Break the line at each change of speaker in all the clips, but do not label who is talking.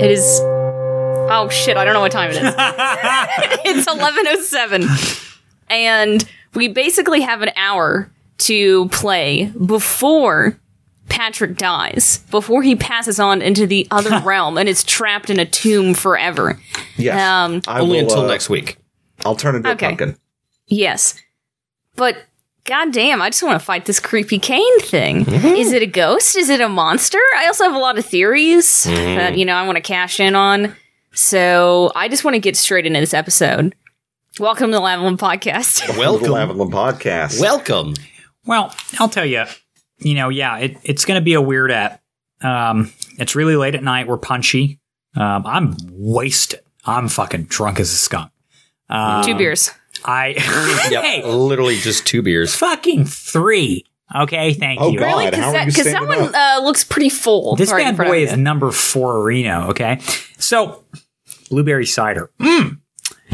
It is. Oh shit! I don't know what time it is. it's eleven oh seven, and we basically have an hour to play before Patrick dies, before he passes on into the other realm and is trapped in a tomb forever.
Yes.
Um,
I
Only
will,
until
uh,
next week.
I'll turn into
Okay.
a pumpkin.
Yes, but goddamn, I just want to fight this creepy cane thing.
Mm-hmm.
Is it a ghost? Is it a monster? I also have a lot of theories
Mm-hmm.
that you know I want to cash in on. So I just want to get straight into this episode. Welcome to the Lavalin Podcast.
Welcome.
Welcome.
The Lavalin podcast.
Welcome.
Well, I'll tell you. You know, yeah, it, it's going to be a weird app. Um, it's really late at night. We're punchy. Um, I'm wasted. I'm fucking drunk as a skunk.
Two beers.
I
Yep.
hey,
Literally just two beers.
fucking three. Okay, thank
Oh,
you.
God.
Really?
how
Because
are
that,
you
'cause that
standing
one uh, looks pretty full.
This
right in
bad
front of
boy is
you.
number four Reno. Okay, so blueberry cider.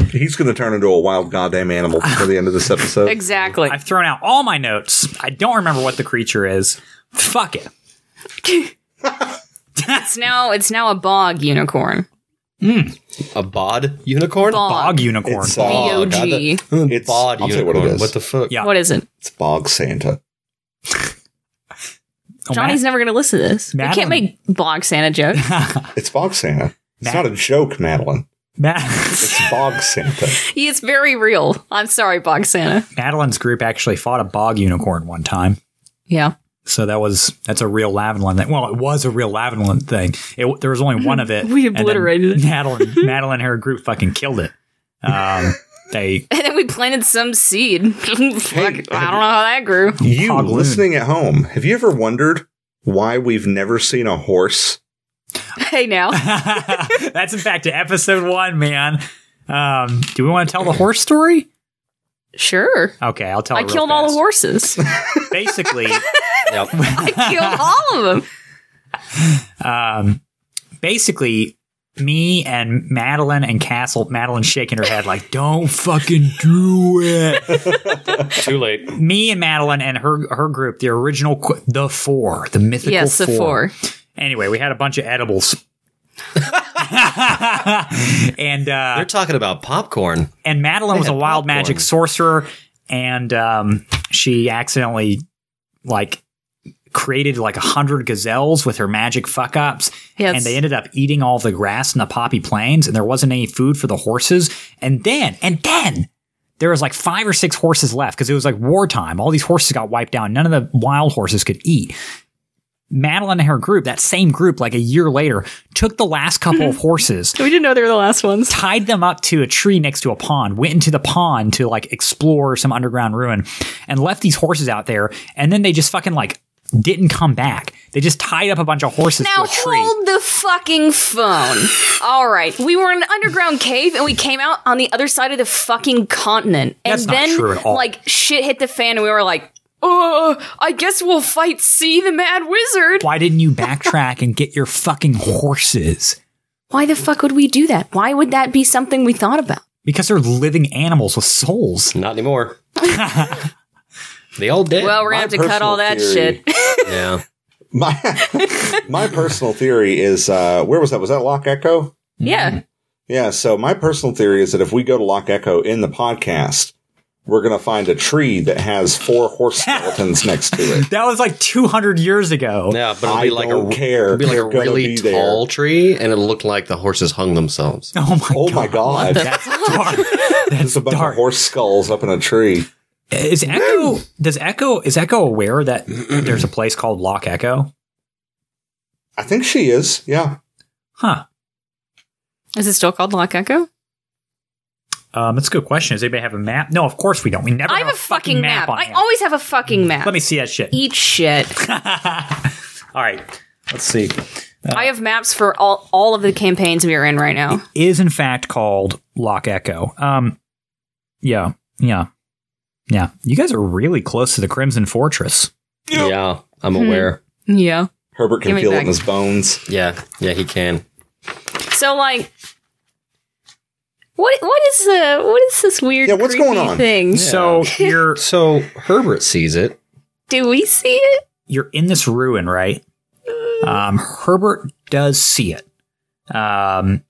He's going to turn into a wild goddamn animal before the end of this episode.
exactly.
I've thrown out all my notes. I don't remember what the creature is. Fuck it.
It's now it's now a bog unicorn.
A bod unicorn?
Bog.
Bog unicorn.
It's, uh,
B O
God,
G.
that-
It's-
bod
Hmm. I'll tell you
unicorn.
what it
What,
is.
the fuck?
Yeah.
What is it?
It's Bog Santa.
Oh,
Johnny's never going to listen to this. We can't
Madeline-
make bog Santa jokes.
It's Bog Santa. It's
Matt.
not a joke, Madeline.
Ma-
It's Bog Santa.
He is very real. I'm sorry, bog Santa.
Madeline's group actually fought a bog unicorn one time.
Yeah.
So that was that's a real Lavalin thing. Well, it was a real Lavalin thing. It, there was only one of it.
We
and then
obliterated it.
Madeline, Madeline, and her group fucking killed it. Um, they
And then we planted some seed. Fuck, I don't know how that grew.
You
Hogloon.
listening at home, have you ever wondered why we've never seen a horse?
Hey, now.
that's in fact episode one, man. Um, do we want to tell the horse story?
Sure.
Okay, I'll tell.
I
it Oh, real
killed all the
fast.
horses.
Basically,
Yep.
I killed all of them.
um, basically me and Madeline and Castle. Madeline shaking her head like, "Don't fucking do it."
Too late.
me and Madeline and her her group, the original, qu- the four, the mythical.
Yes, the four.
Anyway, we had a bunch of edibles. and uh,
They're talking about popcorn.
and Madeline was a
had
wild
popcorn.
magic sorcerer, and um, she accidentally like created like a hundred gazelles with her magic fuck ups,
Yes.
and they ended up eating all the grass in the poppy plains, and there wasn't any food for the horses. And then, and then. There was like five or six horses left because it was like wartime. All these horses got wiped out. None of the wild horses could eat. Madeline and her group, that same group, like a year later, took the last couple of horses
We didn't know they were the last ones.
tied them up to a tree next to a pond, went into the pond to like explore some underground ruin, and left these horses out there. And then they just fucking like didn't come back. They just tied up a bunch of horses
Now
to a tree.
hold the fucking phone. All right, we were in an underground cave and we came out on the other side of the fucking continent. And
That's not
then
true at all.
like shit hit the fan and we were like, "Oh, I guess we'll fight C the Mad Wizard."
Why didn't you backtrack and get your fucking horses?
Why the fuck would we do that? Why would that be something we thought about?
Because they're living animals with souls.
Not anymore. they all did.
Well, we're
my
going to have to cut
personal
all that
theory-
shit.
yeah.
My my personal theory is uh, where was that? Was that Lock Echo?
yeah.
Yeah. So my personal theory is that if we go to Lock Echo in the podcast, we're gonna find a tree that has four horse skeletons next to it.
That was like 200 years ago.
Yeah, but it'll
I
be like
don't
a
care.
It'll be like
They're
a
gonna
really
be there.
tall tree, and it'll look like the horses hung themselves.
Oh my
Oh
god.
my god!
That's dark.
There's a bunch
dark.
of horse skulls up in a tree.
Is Echo does Echo is Echo aware that there's a place called Lock Echo?
I think she is. Yeah.
Huh.
Is it still called Lock Echo?
Um, that's a good question. Does anybody have a map? No, of course we don't. We never
I have a fucking map.
on
I
hand.
always have a
Mm-hmm.
fucking map. E-
Let me see that shit.
eat shit.
all right. Let's see.
I have maps for all all of the campaigns we are in right now.
Is in fact called Lock Echo. Um, yeah, yeah, yeah. You guys are really close to the Crimson Fortress.
Yeah, I'm
Hmm.
aware.
Yeah.
Herbert can
Give me
feel it
back.
in his bones.
Yeah, yeah, he can.
So like, what what is the what is this weird?
Yeah, what's
creepy
going on?
Thing.
So you're
So Herbert sees it.
Do we see it?
you're in this ruin, right? Um, Herbert does see it. Um,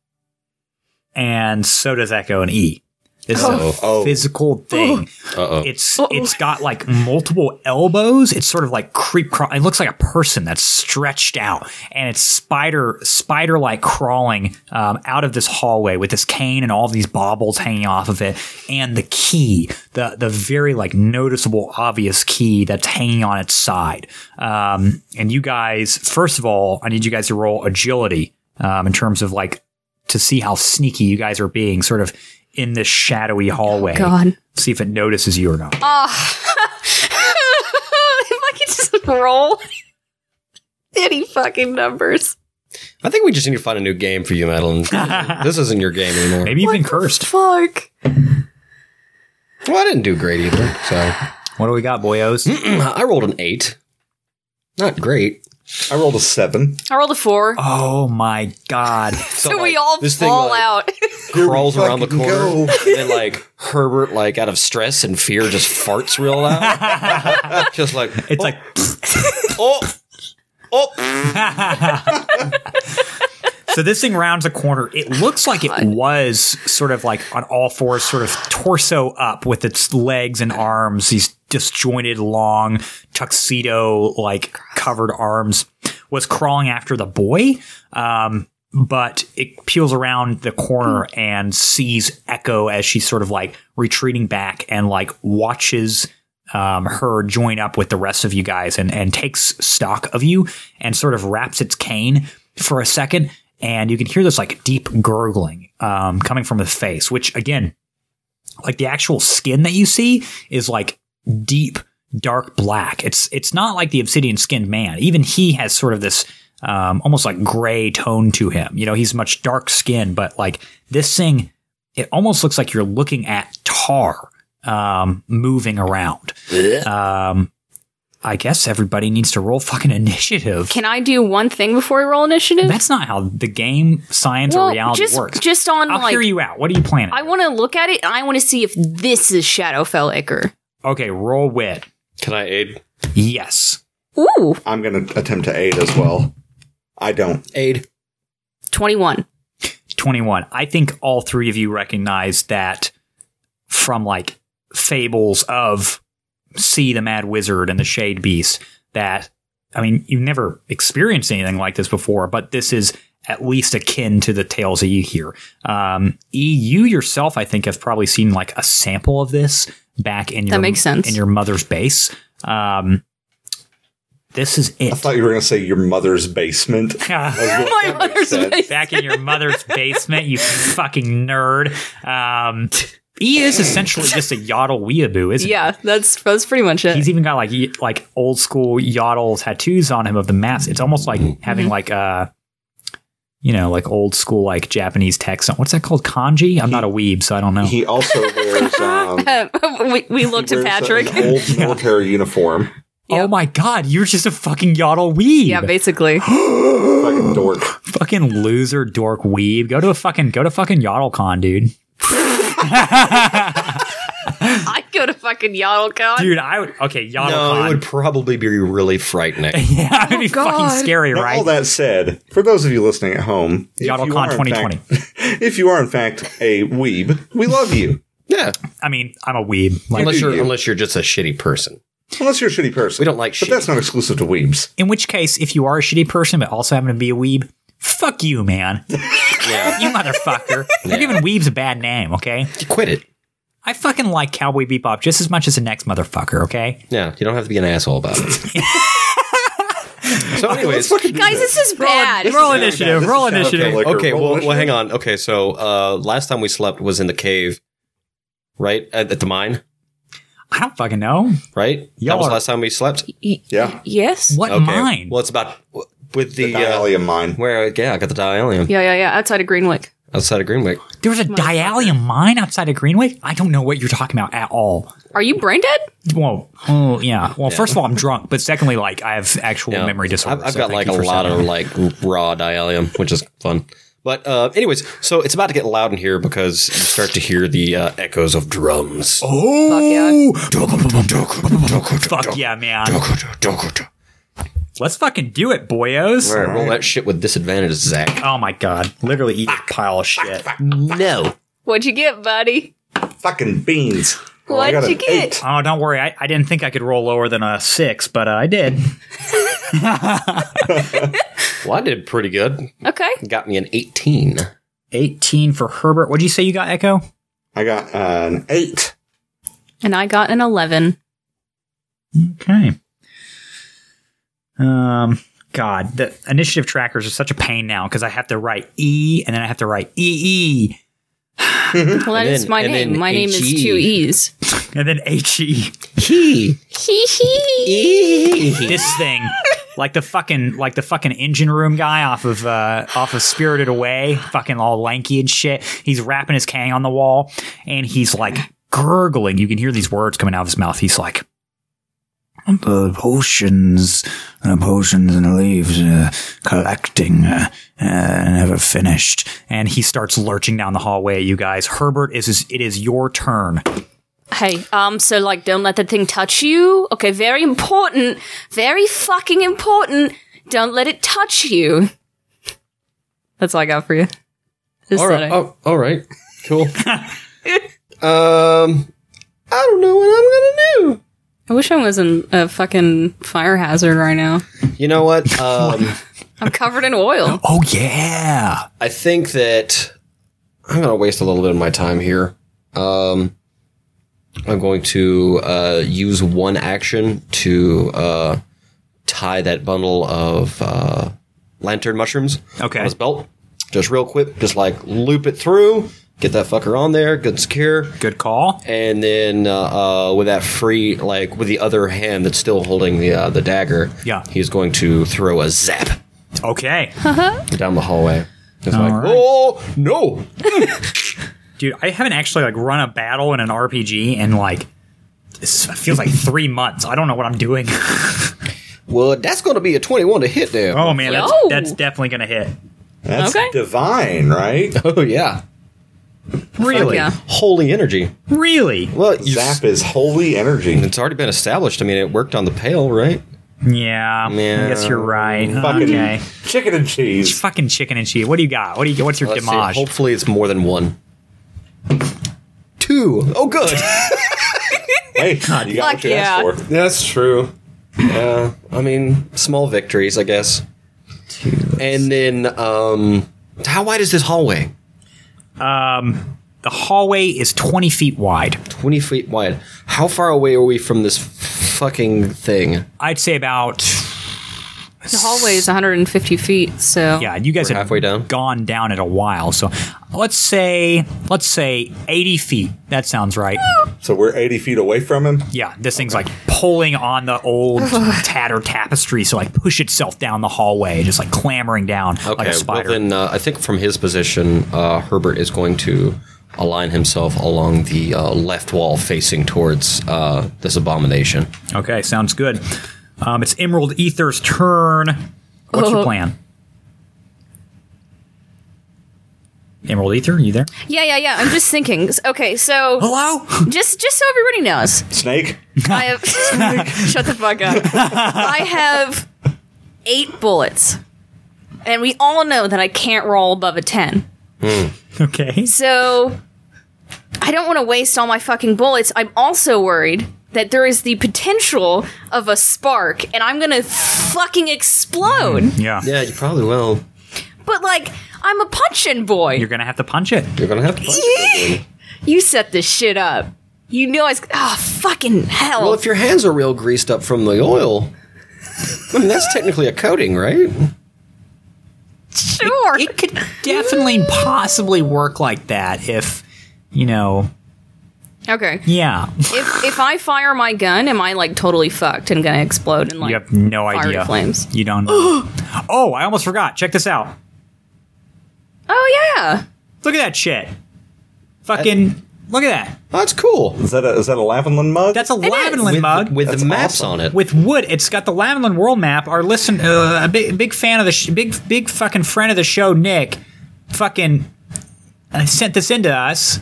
and so does Echo and E. This is a
Oh.
physical thing.
Uh oh.
It's it's got like multiple elbows. It's sort of like creep crawl. It looks like a person that's stretched out, and it's spider spider like crawling um, out of this hallway with this cane and all these baubles hanging off of it, and the key, the the very like noticeable, obvious key that's hanging on its side. Um, and you guys, first of all, I need you guys to roll agility um, in terms of like to see how sneaky you guys are being, sort of in this shadowy hallway
God.
see if it notices you or not.
if I could just roll any fucking numbers.
I think we just need to find a new game for you, Madeline. this isn't your game anymore.
Maybe you've been cursed.
Fuck.
Well, I didn't do great either. So
What do we got,
Hmm?
boyos?
I rolled an eight. Not great.
I rolled a seven.
I rolled a four.
oh my god.
so
So,
we
like,
all
this thing,
fall
like,
out.
Crawls around the
fucking
corner,
go.
and then like Herbert, like out of stress and fear, just farts real loud. just like
It's like
oh, oh.
so this thing rounds a corner. It looks like it was sort of like on all fours, sort of torso up with its legs and arms, these disjointed long tuxedo like covered arms was crawling after the boy. Um but it peels around the corner and sees Echo as she's sort of like retreating back and like watches um, her join up with the rest of you guys and, and takes stock of you and sort of wraps its cane for a second. And you can hear this like deep gurgling um, coming from the face, which again, like the actual skin that you see is like deep dark black. It's it's not like the obsidian skinned man. Even he has sort of this um, almost like gray tone to him. You know, he's much dark skinned, but like this thing, it almost looks like you're looking at tar um, moving around. Um, I guess everybody needs to roll fucking initiative.
Can I do one thing before we roll initiative?
That's not how the game science or
well,
reality
just
works.
just on
I'll
like
hear you out. What are you planning?
I want to look at it and I want to see if this is Shadowfell Icker.
okay, roll wit.
Can I aid?
Yes.
Ooh,
I'm going to attempt to aid as well. I don't.
Aid.
21.
21. I think all three of you recognize that from like fables of See the Mad Wizard and the Shade Beast that I mean, you've never experienced anything like this before, but this is at least akin to the tales that you hear. Um, e, you yourself, I think, have probably seen like a sample of this back in your
makes sense.
in your mother's base. Um, this is
I
it.
thought you were going to say your mother's basement.
My mother's face.
back in your mother's basement, you fucking nerd. Um, he is essentially just a yodel weeaboo, isn't
Yeah, that's that's pretty much
he?
it.
He's even got like y- like old school yodel tattoos on him of the maps. It's almost like having like uh you know, like old school like Japanese text on what's that called? Kanji? I'm not a weeb, so I don't know.
He also wears. Um,
Uh, we, we look
he
to
wears
Patrick.
An old military uniform.
Oh my god, you're just a fucking yodel weeb.
Yeah, basically.
Fucking dork.
fucking loser dork weeb. Go to a fucking go to fucking YodelCon, dude.
I go to fucking YodelCon.
Dude, I would okay, YodelCon.
No, it would probably be really frightening.
Yeah, it'd be
Oh God.
fucking scary,
Now,
right?
all that said, for those of you listening at home, if you,
YodelCon
are in
2020.
fact, if you are in fact a weeb, we love you.
yeah,
I mean, I'm a weeb. Like,
unless
do
you're
you.
unless you're just a shitty person.
Unless you're a shitty person.
We don't like
But that's
shitty.
not exclusive to weebs.
in which case, if you are a shitty person but also happen to be a weeb, fuck you, man. you
Yeah,
motherfucker. You're giving weebs a bad name, okay?
you quit it.
I fucking like Cowboy Bebop just as much as the next motherfucker, okay?
Yeah, you don't have to be an asshole about it. so, anyways,
Guys, this is bad.
Roll initiative,
this
roll
is Shadow
initiative.
Fell Icker.
okay,
Roll
well, well,
initiative.
hang on. Okay, so uh, last time we slept was in the cave, right at, at the mine,
I don't fucking know.
right?
Y'all
that was
are-
last time we slept.
Yeah.
Yes.
What
Okay,
mine?
Well, it's about with the,
The Dialia mine.
Uh, where? Yeah, I got the dialium
Yeah, yeah, yeah. Outside of Greenwick.
outside of Greenwick.
there was a dialium mine outside of Greenway? I don't know what you're talking about at all.
Are you brain dead?
Whoa. Oh, yeah. Well, first of all, I'm drunk, but secondly, like, I have actual
Yeah.
memory disorder.
I've, I've
so
got like
thank you
a
for
lot of
saying that.
like raw dialium, which is fun. But uh, anyways, so it's about to get loud in here because you start to hear the uh, echoes of drums.
Fuck yeah.
Fuck yeah, man. Let's fucking do it, boyos.
All right, roll that shit with disadvantage, Zach.
Oh my god. Literally eat a pile of shit.
No.
What'd you get, buddy?
Fucking beans. Oh, I
What'd
got
you
an
get?
eight.
Oh, don't worry. I, I didn't think I could roll lower than a six, but uh, I did.
Well, I did pretty good.
Okay.
Got me an 18.
18 for Herbert. What'd you say you got, Echo?
I got an eight.
And I got an 11.
Okay. Um, God, the initiative trackers are such a pain now because I have to write E and then I have to write E EE
Well, that
And
is
then-
my
and
name.
then
My name is
HE.
two E's.
and then E. HE.
He.
Hee hee.
This thing, like the fucking, like the fucking engine room guy off of, uh, off of Spirited Away, fucking all lanky and shit. He's wrapping his cane on the wall and he's like gurgling. You can hear these words coming out of his mouth. He's like, the potions, uh, potions and leaves, uh, collecting, uh, uh, never finished. And he starts lurching down the hallway. at You guys, Herbert is, is it is your turn.
Hey, um, so like, don't let that thing touch you. Okay, very important. Very fucking important. Don't let it touch you. That's all I got for you. Just
All right.
that I-
Oh, all right. Cool. um, I don't know what I'm gonna
I wish I was in a fucking fire hazard right now.
do. You know what? Um,
I'm covered in oil.
Oh yeah.
I think that I'm gonna waste a little bit of my time here. Um, I'm going to uh, use one action to uh, tie that bundle of uh, lantern mushrooms
Okay.
on his belt. Just real quick, just like loop it through, get that fucker on there, good and secure.
Good call.
and then uh, uh, with that free, like with the other hand that's still holding the uh, the dagger,
Yeah.
he's going to throw a zap
Okay.
down the hallway. It's
All
like,
right.
oh no!
Dude, I haven't actually like run a battle in an RPG in like this feels like three months. I don't know what I'm doing.
Well, that's going to be a twenty-one to hit there.
Oh man, that's,
Yo.
that's definitely gonna hit.
That's
Okay.
divine, right?
Oh, yeah,
Really,
yeah.
holy energy.
really.
Well, you s-
Zap is holy energy.
it's already been established. I mean, it worked on the pail, right?
Yeah, I
Yeah.
guess you're right.
Fucking
Okay,
chicken and cheese.
fucking chicken and cheese. What do you got? What do you get? What's your
Let's see.
damage?
Hopefully, it's more than one. Two. Oh, good.
Hey, you got
Fuck
what you
yeah.
asked for.
That's true. Yeah, I mean, small victories, I guess. And then, um, how wide is this hallway?
The hallway is 20 feet wide.
20 feet wide. How far away are we from this fucking thing?
I'd say about
The hallway is 150 feet, so
yeah. You guys
We're
have
halfway down.
gone down in a while, so let's say let's say 80 feet. That sounds right.
So we're 80 feet away from him.
Yeah, this thing's like pulling on the old tattered tapestry, so like push itself down the hallway, just like clambering down like a
well
spider.
then, uh, I think from his position, uh, Herbert is going to align himself along the uh, left wall facing towards uh, this abomination.
okay, sounds good. Um, it's Emerald Ether's turn. What's your
Oh.
plan? Emerald Ether, you there?
yeah, yeah, yeah. I'm just thinking. Okay, so
Hello.
just just so everybody knows,
Snake.
I have shut the fuck up. I have eight bullets, and we all know that I can't roll above a ten.
Okay.
So I don't want to waste all my fucking bullets. I'm also worried that there is the potential of a spark, and I'm gonna fucking explode.
Yeah.
Yeah, you probably will.
But like, I'm a punching boy.
You're gonna have to punch it.
You're going to have to punch it.
You set this shit up. You know it's oh fucking hell.
Well, if your hands are real greased up from the oil, I mean, that's technically a coating, right?
sure.
It could definitely possibly work like that if you know.
okay.
Yeah.
if if I fire my gun, am I like totally fucked and gonna explode and like
You have no
fire
idea.
to flames?
You don't know. oh, I almost forgot. Check this out.
Oh yeah.
Look at that shit. Fucking
Uh,
look at that.
That's cool.
Is that a, is that a Lavenlin mug?
That's a
is.
Lavinland
With,
mug with,
with the
That's
maps
awesome.
on it.
wood. It's got the Lavinland world map. Our listen, uh, a big big fan of the sh- big big fucking friend of the show, Nick. Fucking uh, sent this in to us.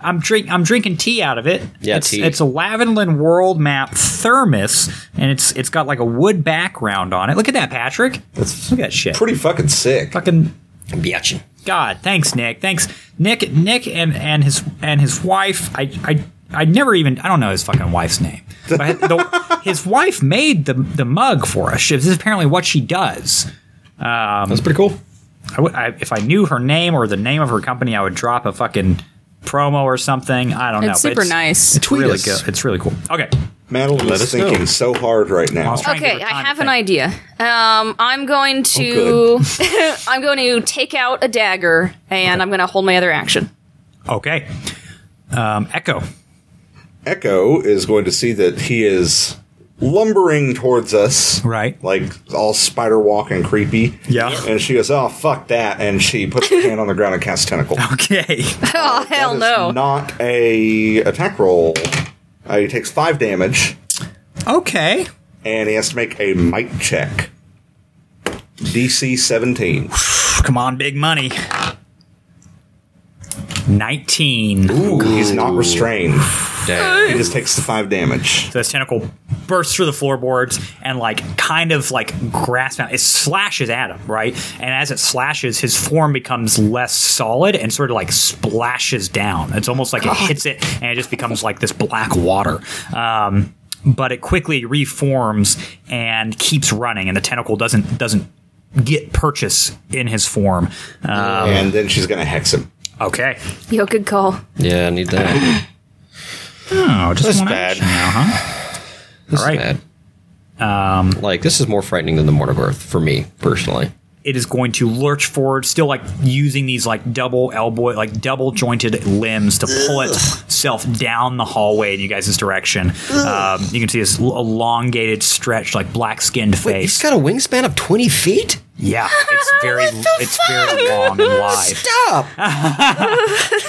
I'm drink I'm drinking tea out of it.
Yeah,
it's,
tea.
it's a Lavenland World Map thermos, and it's it's got like a wood background on it. Look at that, Patrick. That's look at that shit.
Pretty fucking sick.
Fucking
Biatchin.
God, thanks, Nick. Thanks, Nick. Nick and and his and his wife. I I. I never even I don't know his fucking wife's name, but I- the, his wife made the the mug for us. She, this is apparently what she does. um,
That's pretty cool.
I would- I- if I knew her name or the name of her company, I would drop a fucking promo or something. I don't know.
It's
but
super nice.
It's
Tweet
really
us.
good. It's really cool. Okay.
Madeline
Let
is
us know.
thinking so hard right now.
I'll try and give
Okay,
her
I
time to
have an
think.
idea. Um, I'm going to
Oh,
I'm going to take out a dagger and I'm going to hold my other action.
Okay. Um, Echo.
Echo is going to see that he is lumbering towards us.
Right.
Like all spider walk and creepy.
Yeah.
And she goes, Oh fuck that and she puts her hand on the ground and casts tentacle.
Okay.
Oh hell
That is
no.
Not a attack roll. Uh, he takes five damage
okay.
and he has to make a mic check. DC seventeen.
Come on, big money. 19. So
He's not restrained.
Damn.
He just takes the five damage.
this tentacle bursts through the floorboards and, like, kind of, like, grasps out. It slashes at him, right? And as it slashes, his form becomes less solid and sort of, like, splashes down. It's almost like it hits it and it just becomes, like, this black water. Um, but it quickly reforms and keeps running, and the tentacle doesn't doesn't get purchase in his form. Um,
and then she's gonna hex him.
Okay.
Yo, good call.
Yeah, I need that.
Oh, just
That's
one
bad.
action now, huh?
This
All right.
is bad. Um, like this is more frightening than the Mortal Earth for me personally.
It is going to lurch forward, still like using these like double elbow, like double jointed limbs to pull itself down the hallway in you guys' direction. Um, you can see this l- elongated, stretched, like black skinned
Wait, he's
face.
got a wingspan of twenty feet.
yeah, it's very, it's very long and wide.
Stop,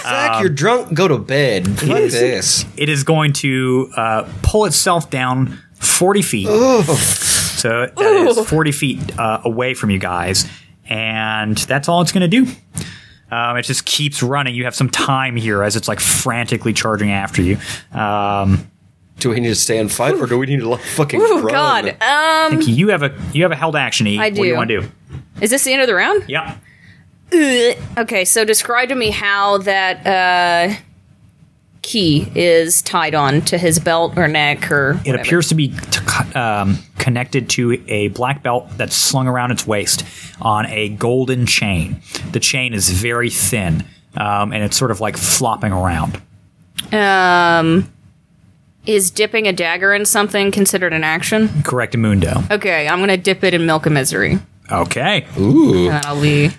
Zach. you're drunk. Go to bed. Fuck this.
Um, It is going to uh, pull itself down forty feet. So that is 40 feet uh, away from you guys. And that's all it's going to do. Um, it just keeps running. You have some time here as it's like frantically charging after you. Um,
Do we need to stay and fight, or do we need to like, fucking
Oh
run?
God. Um,
you have a you have a held action. E.
I
What do
do.
you want to do?
is this the end of the round?
Yeah.
Okay, so describe to me how that uh, key is tied on to his belt or neck or.
It
whatever.
appears to be t- co- um, connected to a black belt that's slung around its waist on a golden chain. The chain is very thin, um, and it's sort of like flopping around.
Um, is dipping a dagger in something considered an action?
Correct, Mundo.
Okay, I'm gonna dip it in milk and misery.
Okay.
Ooh.
That'll be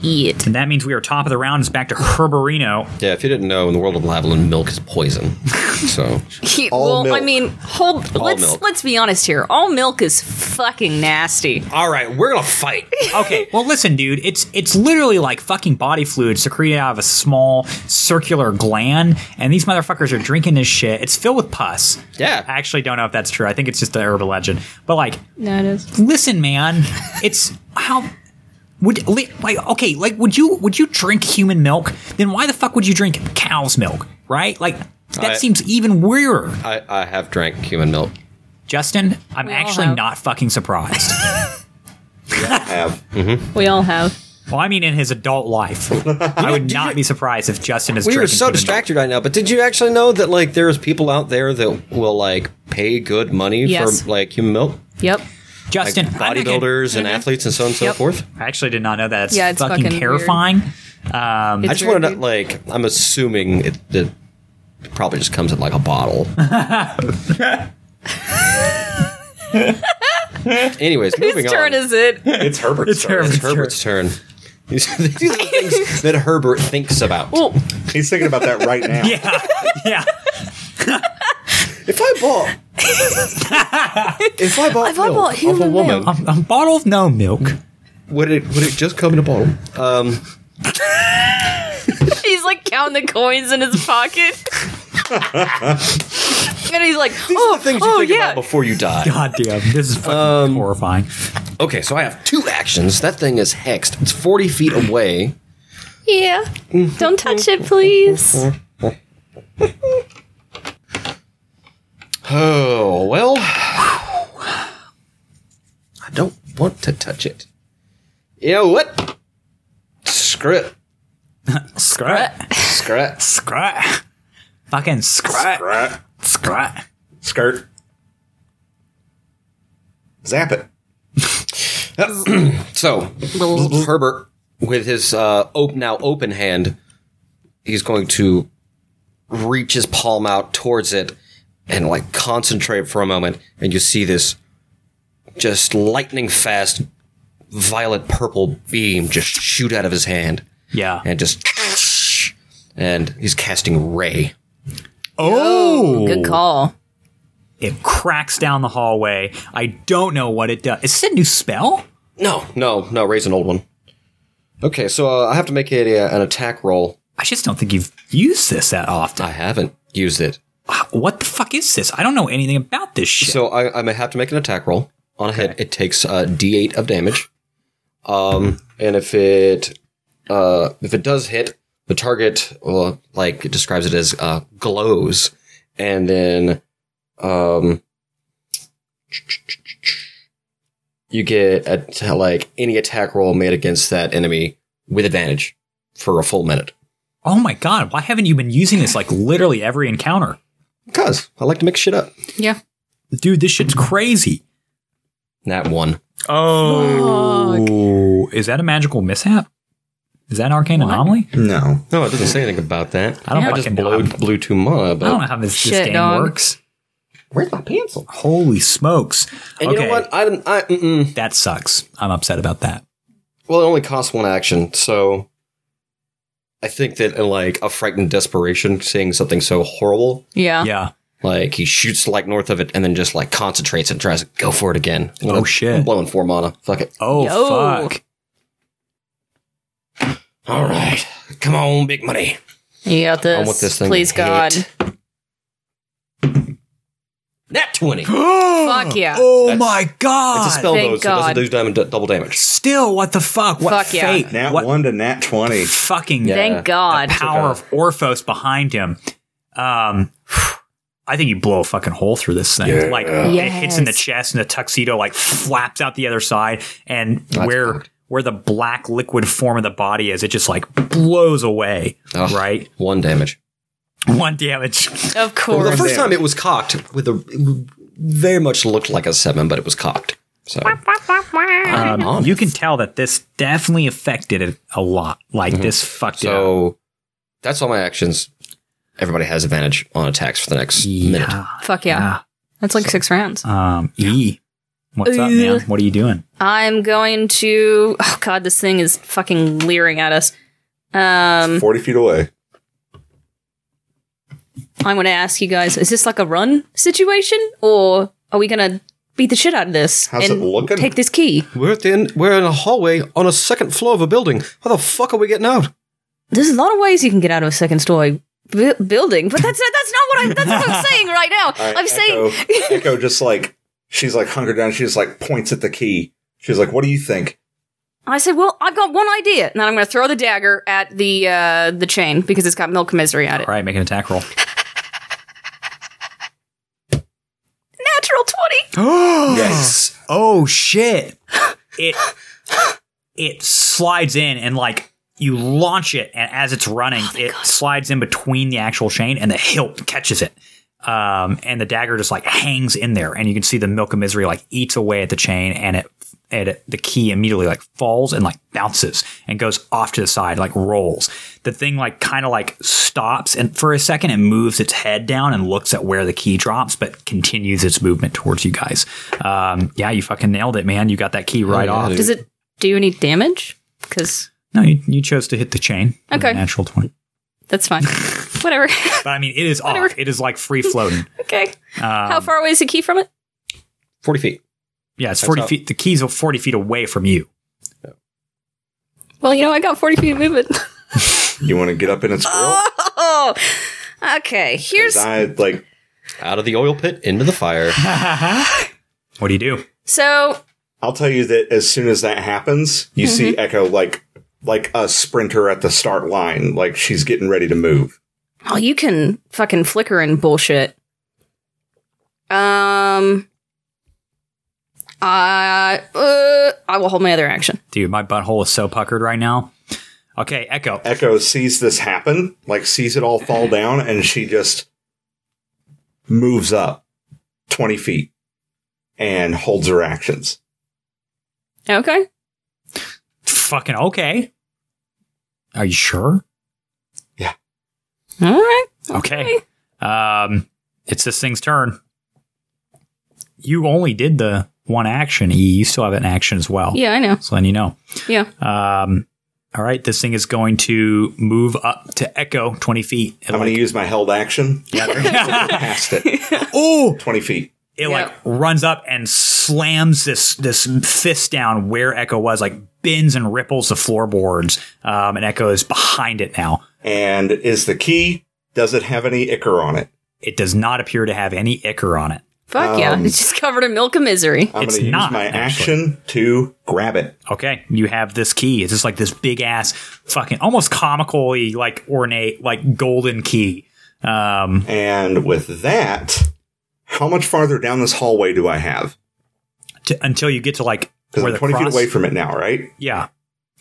it.
And that means we are top of the round. It's back to Herberino.
Yeah. If you didn't know, in the world of Lavalin, milk is poison. so
He- well,
All milk.
I mean, hold. let's
milk.
let's be honest here. All milk is fucking nasty.
all right, we're gonna fight.
Okay, well, listen, dude. It's it's literally like fucking body fluid secreted out of a small circular gland, and these motherfuckers are drinking this shit. It's filled with pus.
Yeah.
I actually don't know if that's true. I think it's just the urban legend. But like,
That is.
listen, man, it's how would li- like okay, like would you would you drink human milk? Then why the fuck would you drink cow's milk? Right? Like that
I-
seems even weirder.
I, I have drank human milk.
Justin, I'm
We all
actually
have.
not fucking surprised.
Have
We all have.
Well, I mean, in his adult life, I would not be surprised if Justin is.
We
drinking
are so
human milk.
distracted right now. But did you actually know that like there's people out there that will like pay good money
Yes.
for like human milk,
Yep.
like
Justin, I'm not gonna-
bodybuilders and athletes and so on and so
Mm-hmm. Yep.
forth.
I actually did not know that. It's,
Yeah, it's
fucking,
fucking
terrifying. Um,
I just want to like I'm assuming it, it probably just comes in like a bottle. Anyways, moving
Whose turn
on.
is it?
it's Herbert's turn.
Herbert's
it's Herbert's turn. These are the things that Herbert thinks about.
Well,
He's thinking about that right now.
yeah, yeah.
If I bought, if I bought,
I
milk
bought
of a
human
woman,
milk-
A bottle of no milk.
would it would it just come in a bottle? Um,
he's like counting the coins in his pocket. and he's like,
these
oh,
are the things you
oh
think
yeah.
about before you die.
God damn, this is fucking
Um,
horrifying.
Okay, so I have two actions. That thing is hexed. It's forty feet away.
yeah. Don't touch it, please.
Oh, well. I don't want to touch it. You know what? Screw it.
Scrat.
Screw it.
Scrat. Fucking scrat.
Right.
Scrat.
Skirt. Zap it.
So,
Little-
Herbert, with his uh, op- now open hand, he's going to reach his palm out towards it and like concentrate for a moment. And you see this just lightning fast violet purple beam just shoot out of his hand
Yeah.
and just. And he's casting Ray.
oh.
Good call.
It cracks down the hallway. I don't know what it does. Is this a new spell?
No, no, no. Raise an old one. Okay, so uh, I have to make a, a, an attack roll.
I just don't think you've used this that often.
I haven't used it,
What the fuck is this? I don't know anything about this shit.
so I, I'm gonna have to make an attack roll on a hit. It takes uh, D8 of damage, um, and if it uh, if it does hit, the target well, like it describes it as uh, glows, and then um, you get a t- like any attack roll made against that enemy with advantage for a full minute.
oh my god, why haven't you been using this like literally every encounter?
Because I like to mix shit up.
Yeah.
Dude, this shit's crazy.
That one.
Oh. Is that a magical mishap? Is that an arcane anomaly?
No.
No, it doesn't say anything about that.
I don't
I just
fucking know.
blew, blew two mana,
I don't know
but
how this, this
Shit,
game
dog.
works.
where's my pencil?
Holy smokes.
And
okay,
you know what? I didn't. I, mm-mm.
that sucks. I'm upset about that.
Well, it only costs one action, so I think that in like a frightened desperation, seeing something so horrible,
Yeah.
Yeah.
like he shoots like north of it and then just like concentrates and tries to go for it again. I'm
Oh, shit.
I'm blowing four mana. Fuck it.
Oh
Yo.
fuck.
All right, come on, big money.
You got this.
I want this thing
Please,
hit.
God.
Nat twenty. It's
Fuck yeah.
Oh
That's-
my god.
a spell
Thank
though, so it
God.
doesn't do diamond, double damage.
Still, what the fuck? What
Fuck yeah.
fate?
Nat
what
1 to nat 20.
fucking
Yeah.
Thank God.
power of Orphos behind him. Um, I think you blow a fucking hole through this thing. Like it hits in the
Yes.
chest, and the tuxedo like flaps out the other side, and where where the black liquid form of the body is, it just like blows away.
Ugh.
Right,
One damage.
one damage.
Of
Well, the
course.
first time it was cocked with a it very much looked like a seven, but it was cocked. So
Um, you can tell that this definitely affected it a lot. Like this fucked it. Up.
So that's all my actions. Everybody has advantage on attacks for the next minute.
Yeah.
Fuck yeah. That's like six rounds.
Um, e. What's up,
Ooh.
man? What are you doing?
I'm going to. Oh God, this thing is fucking leering at us. Um,
40 feet away.
I'm going to ask you guys: Is this like a run situation, or are we going to beat the shit out of this
How's it
and
looking?
take this key?
We're at the end, we're in a hallway on a second floor of a building. How the fuck are we getting out?
There's a lot of ways you can get out of a second story bu- building, but that's that's not what I'm. That's what I'm saying right now.
All right,
I'm
Echo,
saying
Echo just like, she's like hunkered down. She just like points at the key. She's like, what do you think?
I said, "Well, I've got one idea, and then I'm going to throw the dagger at the uh, the chain because it's got milk misery at it.
All right, make an attack roll.
Natural twenty.
Yes.
Oh shit! It it slides in and like you launch it, and as it's running, it slides in between the actual chain, and the hilt catches it. Um, and the dagger just like hangs in there, and you can see the milk of misery like eats away at the chain, and it and it, the key immediately like falls and like bounces and goes off to the side, like rolls. The thing like kind of like stops and for a second it moves its head down and looks at where the key drops, but continues its movement towards you guys. Um, yeah, you fucking nailed it, man. You got that key right
yeah,
off.
dude.
Does it do any damage? Because
No, you, you chose to hit the chain. with
Okay.
a Natural 20.
that's fine. Whatever.
But I mean, it is off. It is like free floating.
okay.
Um,
How far away is the key from it?
Forty feet.
yeah, it's 40
how-
feet. The keys are 40 feet away from you.
Well, you know, I got 40 feet of movement.
You want to get up in its grill?
oh, okay. Here's.
'Cause I like,
Out of the oil pit, into the fire.
What do you do?
So,
I'll tell you that as soon as that happens, you see Echo like, like a sprinter at the start line. Like she's getting ready to move.
Oh, you can fucking flicker and bullshit. Um. I uh, I will hold my other action.
Dude, my butthole is so puckered right now. Okay, Echo.
Echo sees this happen, like sees it all fall down, and she just moves up 20 feet and holds her actions.
Okay.
Fucking okay. Are you sure?
All right.
Okay. Um, it's this thing's turn. You only did the one action, E. You still have an action as well.
Yeah, I know.
So then you know.
Yeah.
Um, all right, this thing is going to move up to Echo 20 feet. It
I'm going
like,
to use my held action. past it.
oh,
20 feet.
it
Yeah.
like runs up and slams this this fist down where Echo was, like bends and ripples the floorboards. Um, and Echo is behind it now.
And is the key, does it have any ichor on it?
It does not appear to have any ichor on it.
Fuck
Um,
yeah. It's just covered in milk of misery.
I'm
It's
going to use
not,
my
actually.
action to grab it.
Okay, you have this key. It's just like this big ass, fucking almost comically like ornate, like golden key. Um,
And with that, how much farther down this hallway do I have?
to, until you get to like
Because
where
I'm
the
20
cross,
feet away from it now, right?
Yeah,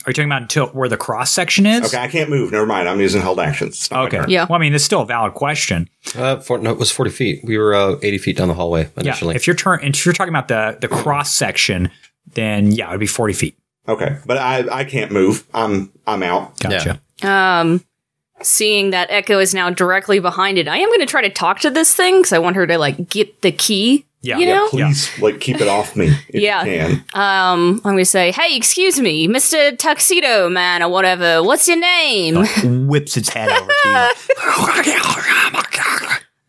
are you talking about until where the cross section is?
Okay, I can't move. Never mind. I'm using held actions. It's not my
Okay.
turn.
Yeah.
Well, I mean, it's still a valid question.
Uh, for, no, it was 40 feet. We were uh, 80 feet down the hallway initially.
Yeah. If you're turn, if you're talking about the the cross section, then yeah, it'd be forty feet.
Okay, but I I can't move. I'm I'm out.
Gotcha.
Um, seeing that Echo is now directly behind it, I am going to try to talk to this thing because I want her to like get the key.
Yeah.
You
Yeah,
know?
Please like keep it off me. If
Yeah.
You can.
Um, I'm going to say, hey, excuse me, Mister Tuxedo Man or whatever. What's your name?
Whips its head over to you.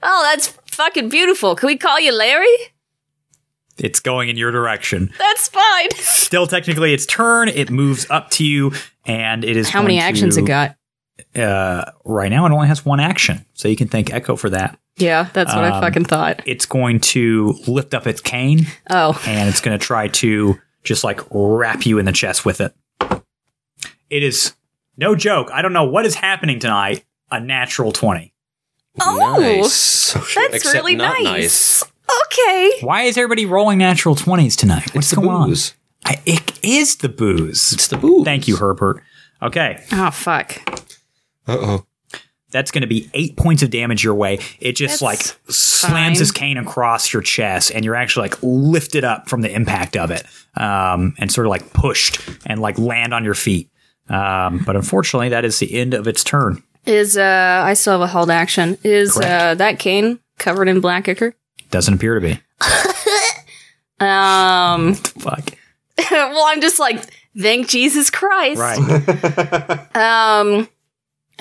Oh, that's fucking beautiful. Can we call you Larry?
it's going in your direction.
That's fine.
Still, technically, its turn. It moves up to you, and it is
How many
going to-
actions it got?
Uh, right now, it only has one action, so you can thank Echo for that.
Yeah, that's what I fucking thought.
It's going to lift up its cane,
Oh,
and it's going to try to just like wrap you in the chest with it. It is no joke. I don't know what is happening tonight. A natural 20.
Oh!
Nice.
that's
Except
really
not
nice. Okay.
Why is everybody rolling natural 20s tonight? What's
It's the
going
booze.
on? I, it is the booze.
It's the booze.
Thank you, Herbert. Okay,
Oh fuck.
Uh-oh.
that's going to be eight points of damage your way. It just
That's
like slams
fine.
his cane across your chest, and you're actually like lifted up from the impact of it, um, and sort of like pushed and like land on your feet. Um, but unfortunately, that is the end of its turn.
Is uh I still have a held action. Is uh that cane covered in black ichor?
Doesn't appear to be.
Um
Fuck.
well I'm just like, thank Jesus Christ.
Right.
Um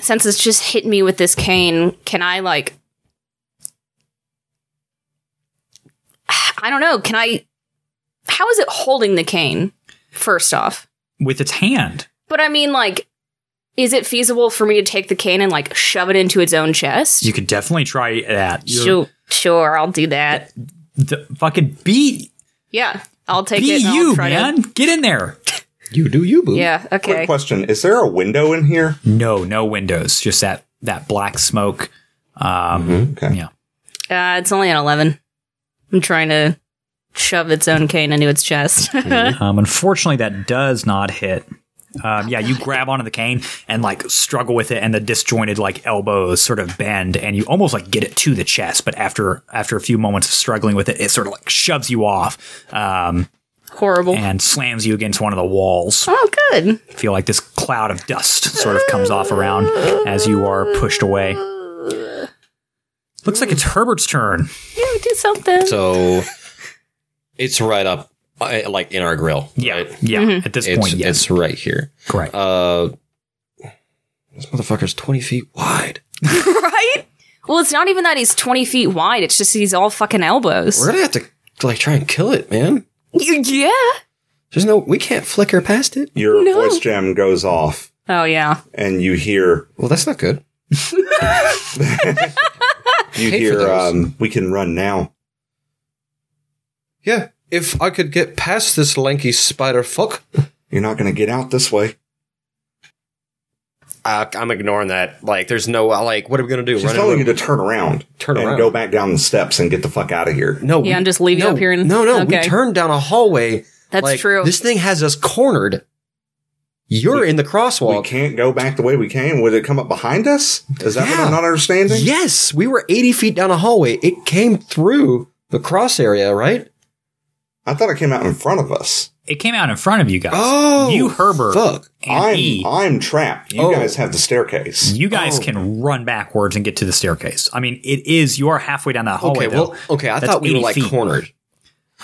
since it's just hit me with this cane, can I like I don't know, can I how is it holding the cane, first off?
With its hand.
But I mean like is it feasible for me to take the cane and like shove it into its own chest?
You could definitely try that. You're-
Sure, sure, I'll do that.
The fucking beat,
Yeah, I'll take
be
it. and
you,
I'll try to-
man. Get in there.
You do you, boo.
yeah.
Quick
Okay.
question: Is there a window in here?
No, no windows. Just that that black smoke. Um,
Okay.
Yeah.
Uh, it's only an eleven. I'm trying to shove its own cane into its chest.
Um, unfortunately, that does not hit. Um, yeah, you grab onto the cane and like struggle with it, and the disjointed like elbows sort of bend, and you almost like get it to the chest. But after after a few moments of struggling with it, it sort of like shoves you off um,
Horrible.
and slams you against one of the walls.
oh, good.
You feel like this cloud of dust sort of comes off around as you are pushed away. Looks like it's Herbert's turn.
You do something.
So it's right up, uh, like in our grill. right?
yeah. At this
It's,
point, yes,
it's right here.
correct.
Uh, this motherfucker's 20 feet wide.
right? Well, it's not even that he's twenty feet wide. It's just he's all fucking elbows.
We're going to have to like try and kill it, man.
Y- yeah.
There's no, we can't flicker past it.
Your
No.
voice gem goes off,
Oh yeah.
and you hear
Well, that's not good.
you
Pay for
hear.
those.
Um, we can run now.
Yeah. If I could get past this lanky spider fuck.
You're not going to get out this way.
Uh, I'm ignoring that. Like, there's no uh, like, what are we gonna do?
She's
Run and
telling you
run-
to turn around,
Turn
and
around.
go back down the steps and get the fuck out of here.
no,
Yeah,
we-
and just leave you
no,
up here and-
no, no. We
okay.
turned down a hallway.
That's
Like,
true.
This thing has us cornered. You're in the
We
crosswalk.
can't go back the way we came. Would it come up behind us? Is that what
Yeah.
I'm not understanding?
Yes, we were 80 feet down a hallway. It came through the cross area, right?
I thought it came out in front of us.
It came out in front of you guys.
Oh,
you Herbert
Fuck.
and
I'm
E.
I'm trapped. You
Oh.
guys have the staircase.
you guys
Oh.
can run backwards and get to the staircase. I mean, it is you are halfway down that hallway.
Okay, well,
though.
okay. I
That's
thought we were
80
like
feet.
cornered.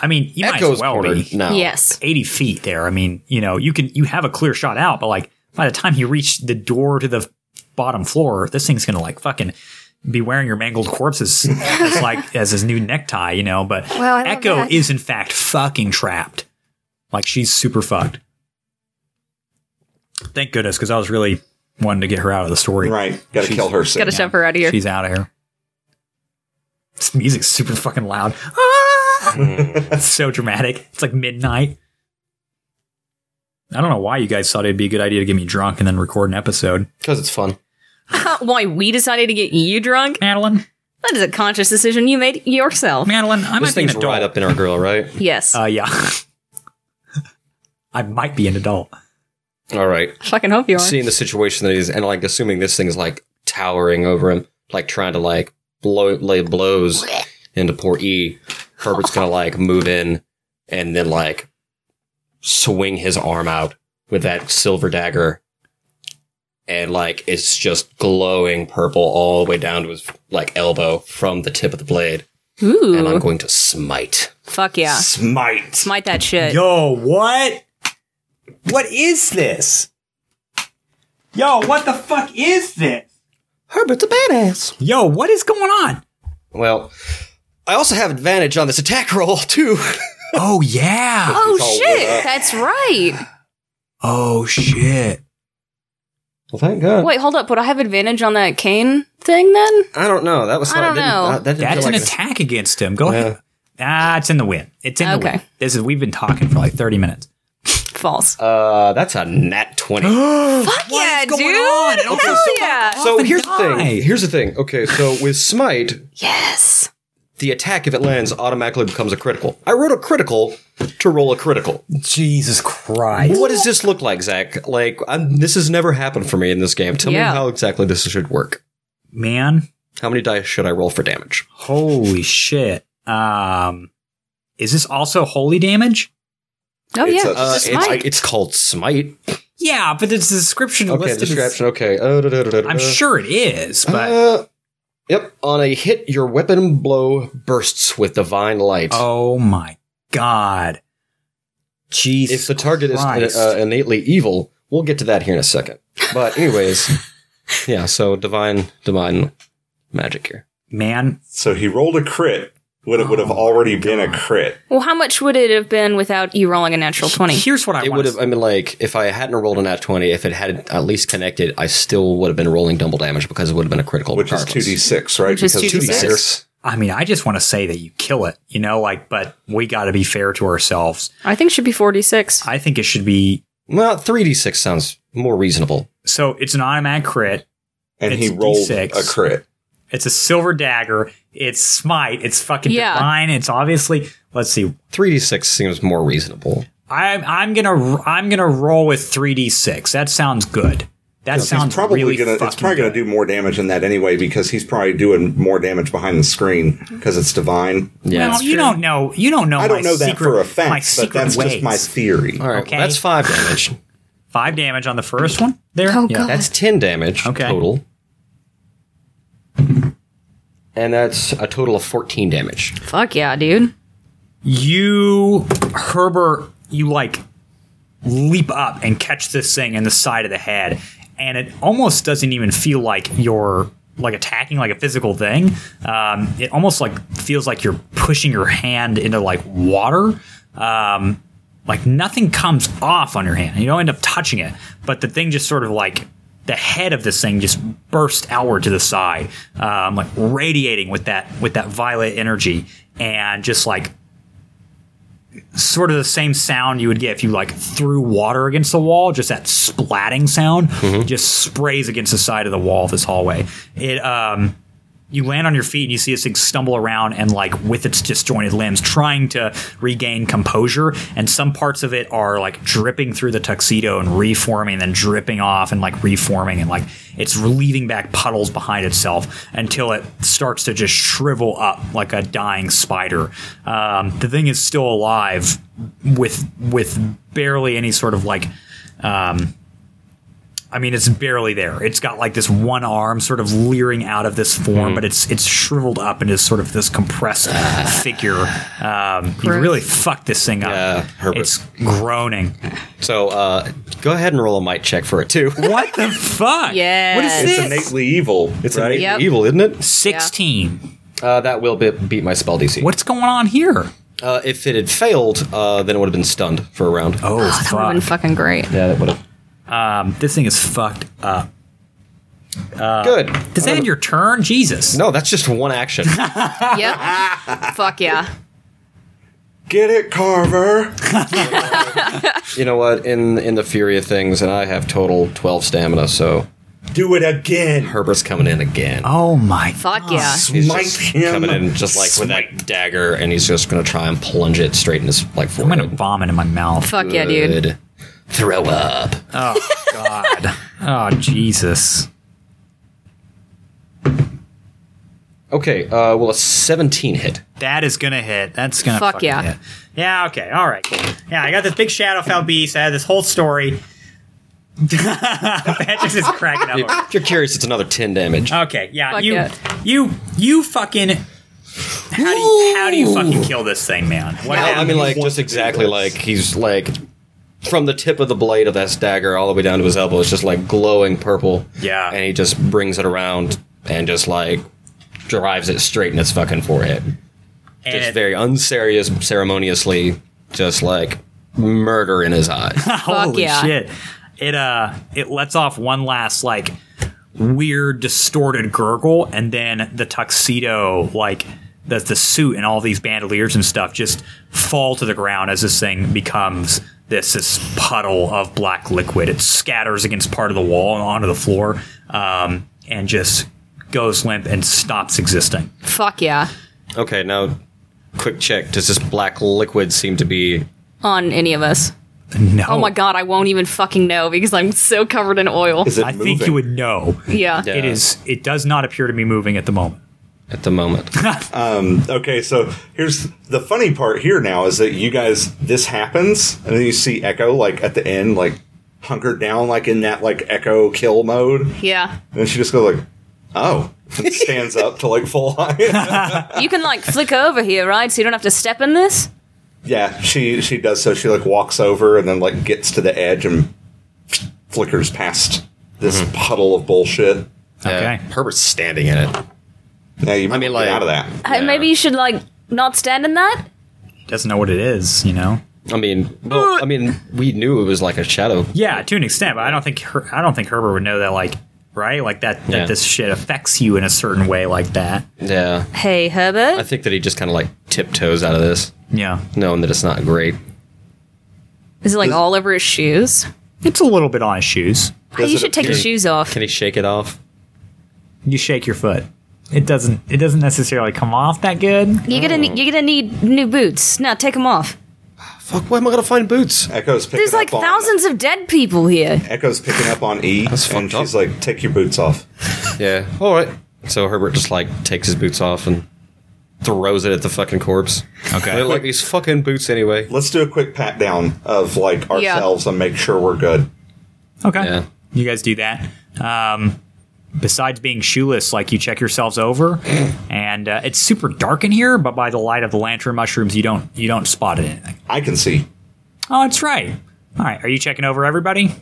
I mean, you might as
Echo's
well
cornered.
be
No.
yes.
eighty feet there. I mean, you know, you can you have a clear shot out, but like by the time you reach the door to the bottom floor, this thing's gonna like fucking be wearing your mangled corpses as like as his new necktie, you know. But
Well, I love
Echo
that.
is in fact fucking trapped. Like she's super fucked. Thank goodness, because I was really wanting to get her out of the story.
Right. Got to
She's-
kill her soon.
Gotta shove her out of here.
She's out of here. This music's super fucking loud. Ah!
Mm.
it's so dramatic. It's like midnight. I don't know why you guys thought it'd be a good idea to get me drunk and then record an episode.
Because it's fun.
Why we decided to get you drunk?
Madeline,
That is a conscious decision you made yourself.
Madeline, I
this
might be an
thing's
adult.
right up in our grill, right?
Yes.
Uh, yeah. I might be an adult.
All right.
Fucking hope you are.
Seeing the situation that he's and like assuming this thing's like towering over him, like trying to like blow lay blows into poor E. Herbert's gonna like move in and then like swing his arm out with that silver dagger. And like it's just glowing purple all the way down to his like elbow from the tip of the blade.
Ooh.
And I'm going to smite.
Fuck yeah.
Smite.
Smite that shit.
Yo, what? What is this? Yo, what the fuck is this?
Herbert's a badass.
Yo, what is going on?
Well, I also have advantage on this attack roll too.
Oh, yeah.
Oh
It's all
shit.
lit up.
That's right.
Oh, shit.
Well, thank God.
Wait, hold up. Would I have advantage on that cane thing then?
I don't know. That was.
I don't
didn't- uh,
know.
That, that didn't
That's
feel
an
like
attack against him. Go ahead.
Yeah.
Ah, it's in the win. It's in the
Okay.
win. This is we've been talking for like thirty minutes.
False.
a- uh, that's a nat twenty.
Fuck
yeah, dude. Hell yeah.
so here's the
die.
thing. Here's the thing. Okay, so with smite,
Yes.
the attack if it lands automatically becomes a critical. I wrote a critical to roll a critical.
Jesus Christ.
What does this look like, Zach? Like I'm, this has never happened for me in this game. Tell
Yeah.
me how exactly this should work.
Man,
How many dice should I roll for damage?
holy shit. Um is this also holy damage?
Oh
It's
yeah.
a-
Uh,
It's a
it's,
smite.
it's called smite.
Yeah, but it's the description
Okay,
listed. as-
description. Okay. Uh, da, da, da, da, da.
I'm sure it is, but
Uh, yep. On a hit, your weapon blow bursts with divine light.
oh my god. Jesus.
if the target
Christ.
is uh, innately evil, we'll get to that here in a second. But anyways, yeah. So divine, divine magic here.
man,
So he rolled a crit. Would it would have already been a crit?
well, how much would it have been without you rolling a natural twenty?
here's what I
It
want
would
to
have. I mean, like if I hadn't rolled an at twenty, if it had at least connected, I still would have been rolling double damage because it would have been a critical.
Which is two
regardless.
d six, right?
Which is
Because
2d6.
dagger.
I mean, I just want to say that you kill it, you know, like, but we got to be fair to ourselves.
I think it should be forty six.
I think it should be
Well, three d six sounds more reasonable.
so it's an automatic crit.
And he
It's
rolled
D6.
a crit.
It's a silver dagger. It's smite. It's fucking
Yeah.
divine. It's obviously. Let's see.
Three d six seems more reasonable.
I'm I'm gonna I'm gonna roll with three d six. That sounds good. That sounds
It's probably
really
gonna.
fucking
It's probably
good.
gonna do more damage than that anyway because he's probably doing more damage behind the screen because it's divine.
Yeah.
well, you don't know. You don't know.
I
my
don't know that
secret,
for a
My
fact, but
secret
that's
ways.
just my theory.
All right.
okay.
That's five damage.
five damage on the first one. There.
Oh, God.
That's 10 damage
Okay.
total. And that's a total of 14 damage.
Fuck yeah, dude.
You Herbert. You like leap up and catch this thing in the side of the head, and it almost doesn't even feel like you're like attacking like a physical thing. Um, it almost like feels like you're pushing your hand into like water. Um, like nothing comes off on your hand. You don't end up touching it, but the thing just sort of like the head of this thing just burst outward to the side, um, like radiating with that with that violet energy, and just like sort of the same sound you would get if you like threw water against the wall, just that splatting sound just sprays against the side of the wall of this hallway. It um you land on your feet and you see this thing stumble around and like with its disjointed limbs trying to regain composure and some parts of it are like dripping through the tuxedo and reforming then dripping off and like reforming and like it's leaving back puddles behind itself until it starts to just shrivel up like a dying spider um, the thing is still alive with with barely any sort of like um, I mean, it's barely there. It's got like this one arm sort of leering out of this form,
Hmm.
but it's it's shriveled up and is sort of this compressed figure. Um, you
Gross.
really fucked this thing up.
Yeah, Herbert.
it's groaning.
So uh, go ahead and roll a might check for it too.
What the fuck?
Yes.
What is
It's
this?
innately evil, it's right?
Yep.
Evil, isn't it?
Sixteen.
Uh, that will be- beat my spell DC.
What's going on here?
Uh, if it had failed, uh, then it would have been stunned for a round.
Oh,
That would have been fucking great.
Yeah, that would have.
Um, this thing is fucked up. Uh.
Good.
Does that end your turn? Jesus.
No, that's just one action.
Yep. Fuck yeah.
Get it, Carver.
you know what? In in the fury of things, and I have total twelve stamina, so
Do it again.
Herbert's coming in again.
Oh my.
Fuck yeah.
He's
Smite
just
him.
coming in just like with that dagger, and he's just gonna try and plunge it straight in his like
I'm
forehead.
gonna vomit in my mouth.
Fuck yeah, dude.
Good. Throw up.
Oh God. oh Jesus.
Okay. Uh, well, a seventeen hit.
That is gonna hit. That's gonna
Fuck
fucking
yeah.
hit. Yeah. Okay. All right. Yeah, I got this big Shadowfell beast. I had this whole story. Patrick's just cracking up. over it.
If you're curious, it's another ten damage.
Okay. Yeah.
Fuck
you.
yeah.
You. You fucking. How do you, how do you fucking kill this thing, man? What
Well, I
happened?
mean, like just exactly like he's like from the tip of the blade of that dagger all the way down to his elbow. It's just like glowing purple.
Yeah.
and he just brings it around and just like drives it straight in its fucking forehead.
And
Just
it-
very unserious, ceremoniously, just like murder in his eyes.
Holy
yeah.
shit! It uh, it lets off one last like weird distorted gurgle, and then the tuxedo, like the the suit and all these bandoliers and stuff, just fall to the ground as this thing becomes this this puddle of black liquid. It scatters against part of the wall and onto the floor, um, and just goes limp and stops existing.
Fuck yeah.
okay, now quick check. Does this black liquid seem to be?
On any of us.
No.
Oh my god, I won't even fucking know because I'm so covered in oil.
Is it
I
moving?
think you would know.
Yeah.
Yeah.
It is. It does not appear to be moving at the moment.
At the moment,
Okay, so here's the funny part here now is that you guys this happens and then you see Echo like at the end like hunkered down like in that like Echo kill mode and
Yeah.
then she just goes like oh and stands up to like full high.
You can like flick over here, right? So you don't have to step in this?
yeah, she she does so she like walks over and then like gets to the edge and flickers past this
Mm-hmm.
puddle of bullshit.
Okay.
Uh, Herbert's standing in it.
Yeah, you I
mean, like-
out of that.
Hey,
Yeah.
maybe you should like not stand in that?
Doesn't know what it is, you know.
I mean,
Uh.
well, I mean, we knew it was like a shadow
Yeah, to an extent, but I don't think Her- I don't think Herbert would know that, like, right, like that that
Yeah.
this shit affects you in a certain way like that.
Yeah.
Hey, Herbert.
I think that he just kind of like tiptoes out of this,
Yeah,
knowing that it's not great.
Is it like all over his shoes?
it's a little bit on his shoes.
Hey, you
it
should take your
appear-
shoes off.
Can he shake it off?
You shake your foot. It doesn't. It doesn't necessarily come off that good.
You're gonna ne- you're gonna need new boots. Now take them off.
Fuck, where am I going to find boots?
Echo's picking
There's like
up on-
thousands of dead people here.
Echo's picking up on E and
fucked up.
she's like take your boots off.
Yeah. All right. So Herbert just like takes his boots off and throws it at the fucking corpse.
Okay.
They're like these fucking boots anyway.
Let's do a quick pat down of like ourselves and make sure we're good.
Okay,
Yeah.
you guys do that. Um, besides being shoeless, like you check yourselves over, and uh, it's super dark in here. But by the light of the lantern mushrooms, you don't you don't spot anything.
I can see.
Oh, that's right. All right, are you checking over everybody?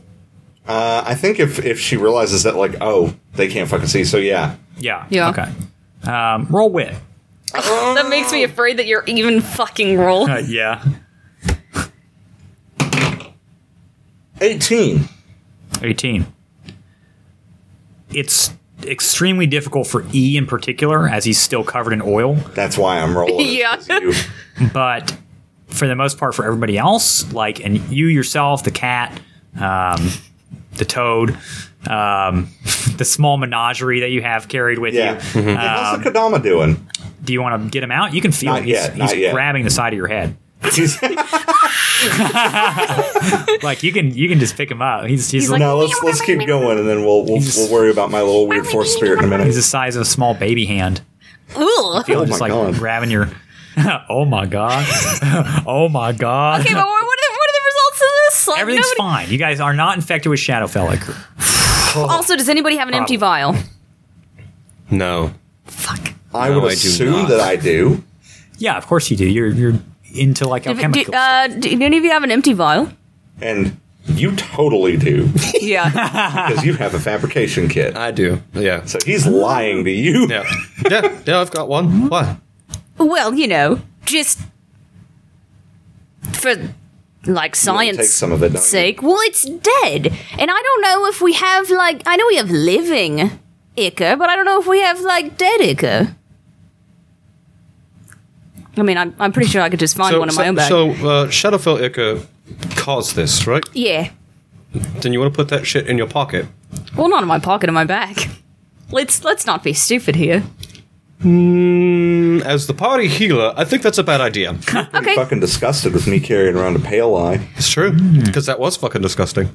Uh, I think if if she realizes that like oh they can't fucking see, so yeah,
Yeah.
Yeah.
Okay. Um, roll wit.
That makes me afraid that you're even fucking roll.
Uh, yeah.
eighteen.
18. It's extremely difficult for E in particular, as he's still covered in oil,
That's why I'm rolling.
Yeah.
It's you.
but for the most part for everybody else. Like, and you yourself, the cat, um, the toad, um, the small menagerie that you have carried with
Yeah.
you.
Hey, how's the
Um,
Kadama doing?
Do you want to get him out? You can feel
Not
it. He's-
yet,
he's
not yet.
grabbing the side of your head. Like you can you can just pick him up. He's he's,
He's
like,
like-
no, let's let's keep going, and then we'll we'll, we'll worry about my little weird force spirit in a
he's
minute.
the size of a small baby hand.
Ugh.
Feel
Oh
just
my
like
God.
grabbing your. oh my god! oh my god!
Okay, but what what are the, what are the results of this? Like,
Everything's
nobody-
fine. You guys are not infected with Shadowfell. Like,
Also, does anybody have an empty vial?
No.
Fuck.
I
No,
would
I do
assume
not.
that I do.
yeah, of course you do. You're you're into like
Do,
alchemical.
do- uh, do any of you have an empty vial?
And you totally do
Yeah.
because you have a fabrication kit.
I do. Yeah.
So he's lying to you.
Yeah. yeah. Yeah, I've got one. Why?
well, you know, just for like
You Take
science
some of it. don't you?
sake. Well, it's dead, and I don't know if we have like I know we have living Ica, but I don't know if we have like dead Ica. I mean, I'm, I'm pretty sure I could just find
So,
one in
so,
my own bag.
so uh, Shadowfell Ica caused this, right?
yeah.
Then you want to put that shit in your pocket.
Well, not in my pocket, in my bag. Let's let's not be stupid here.
Mm, As the party healer, I think that's a bad idea.
Pretty
Okay.
fucking disgusted with me carrying around a pale eye.
It's true, because that was fucking disgusting.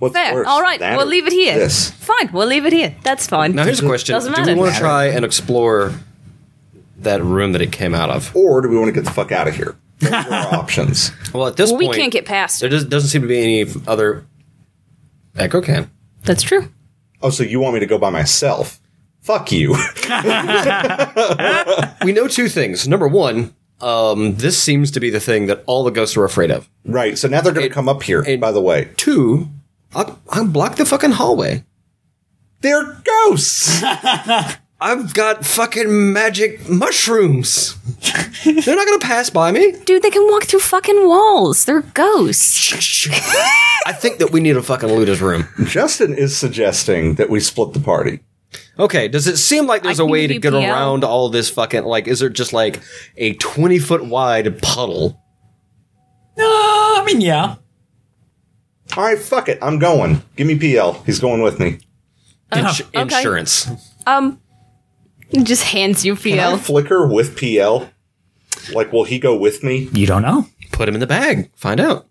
What's
Fair.
worse,
All right,
that
we'll
or
leave it here.
This.
Fine, we'll leave it here. That's fine.
Now, here's a question:
Doesn't
Do we
matter.
want to try and explore that room that it came out of?
Or do we want to get the fuck out of here? Those are our options.
Well, at this
we
point,
can't get past
There
it.
does, doesn't seem to be any other. Echo can.
That's true.
Oh, so you want me to go by myself? Fuck you.
We know two things. Number one, um, this seems to be the thing that all the ghosts are afraid of.
right. So now they're going to come up here. by the way,
Two, I, I blocked the fucking hallway.
they're ghosts.
I've got fucking magic mushrooms. They're not gonna pass by me.
Dude, they can walk through fucking walls. They're ghosts.
I think that we need a fucking looter's room.
Justin is suggesting that we split the party.
Okay, does it seem like there's
I
a
can
way
give
to
you
get
PL.
around all this fucking like is there just like a 20 foot wide puddle?
no, I mean yeah.
All right, fuck it. I'm going. Give me PL. He's going with me.
Uh-huh.
Ins-
okay.
Insurance.
Um, he just hands you
Can I
PL.
flicker with PL? Like, will he go with me?
You don't know.
Put him in the bag. Find out.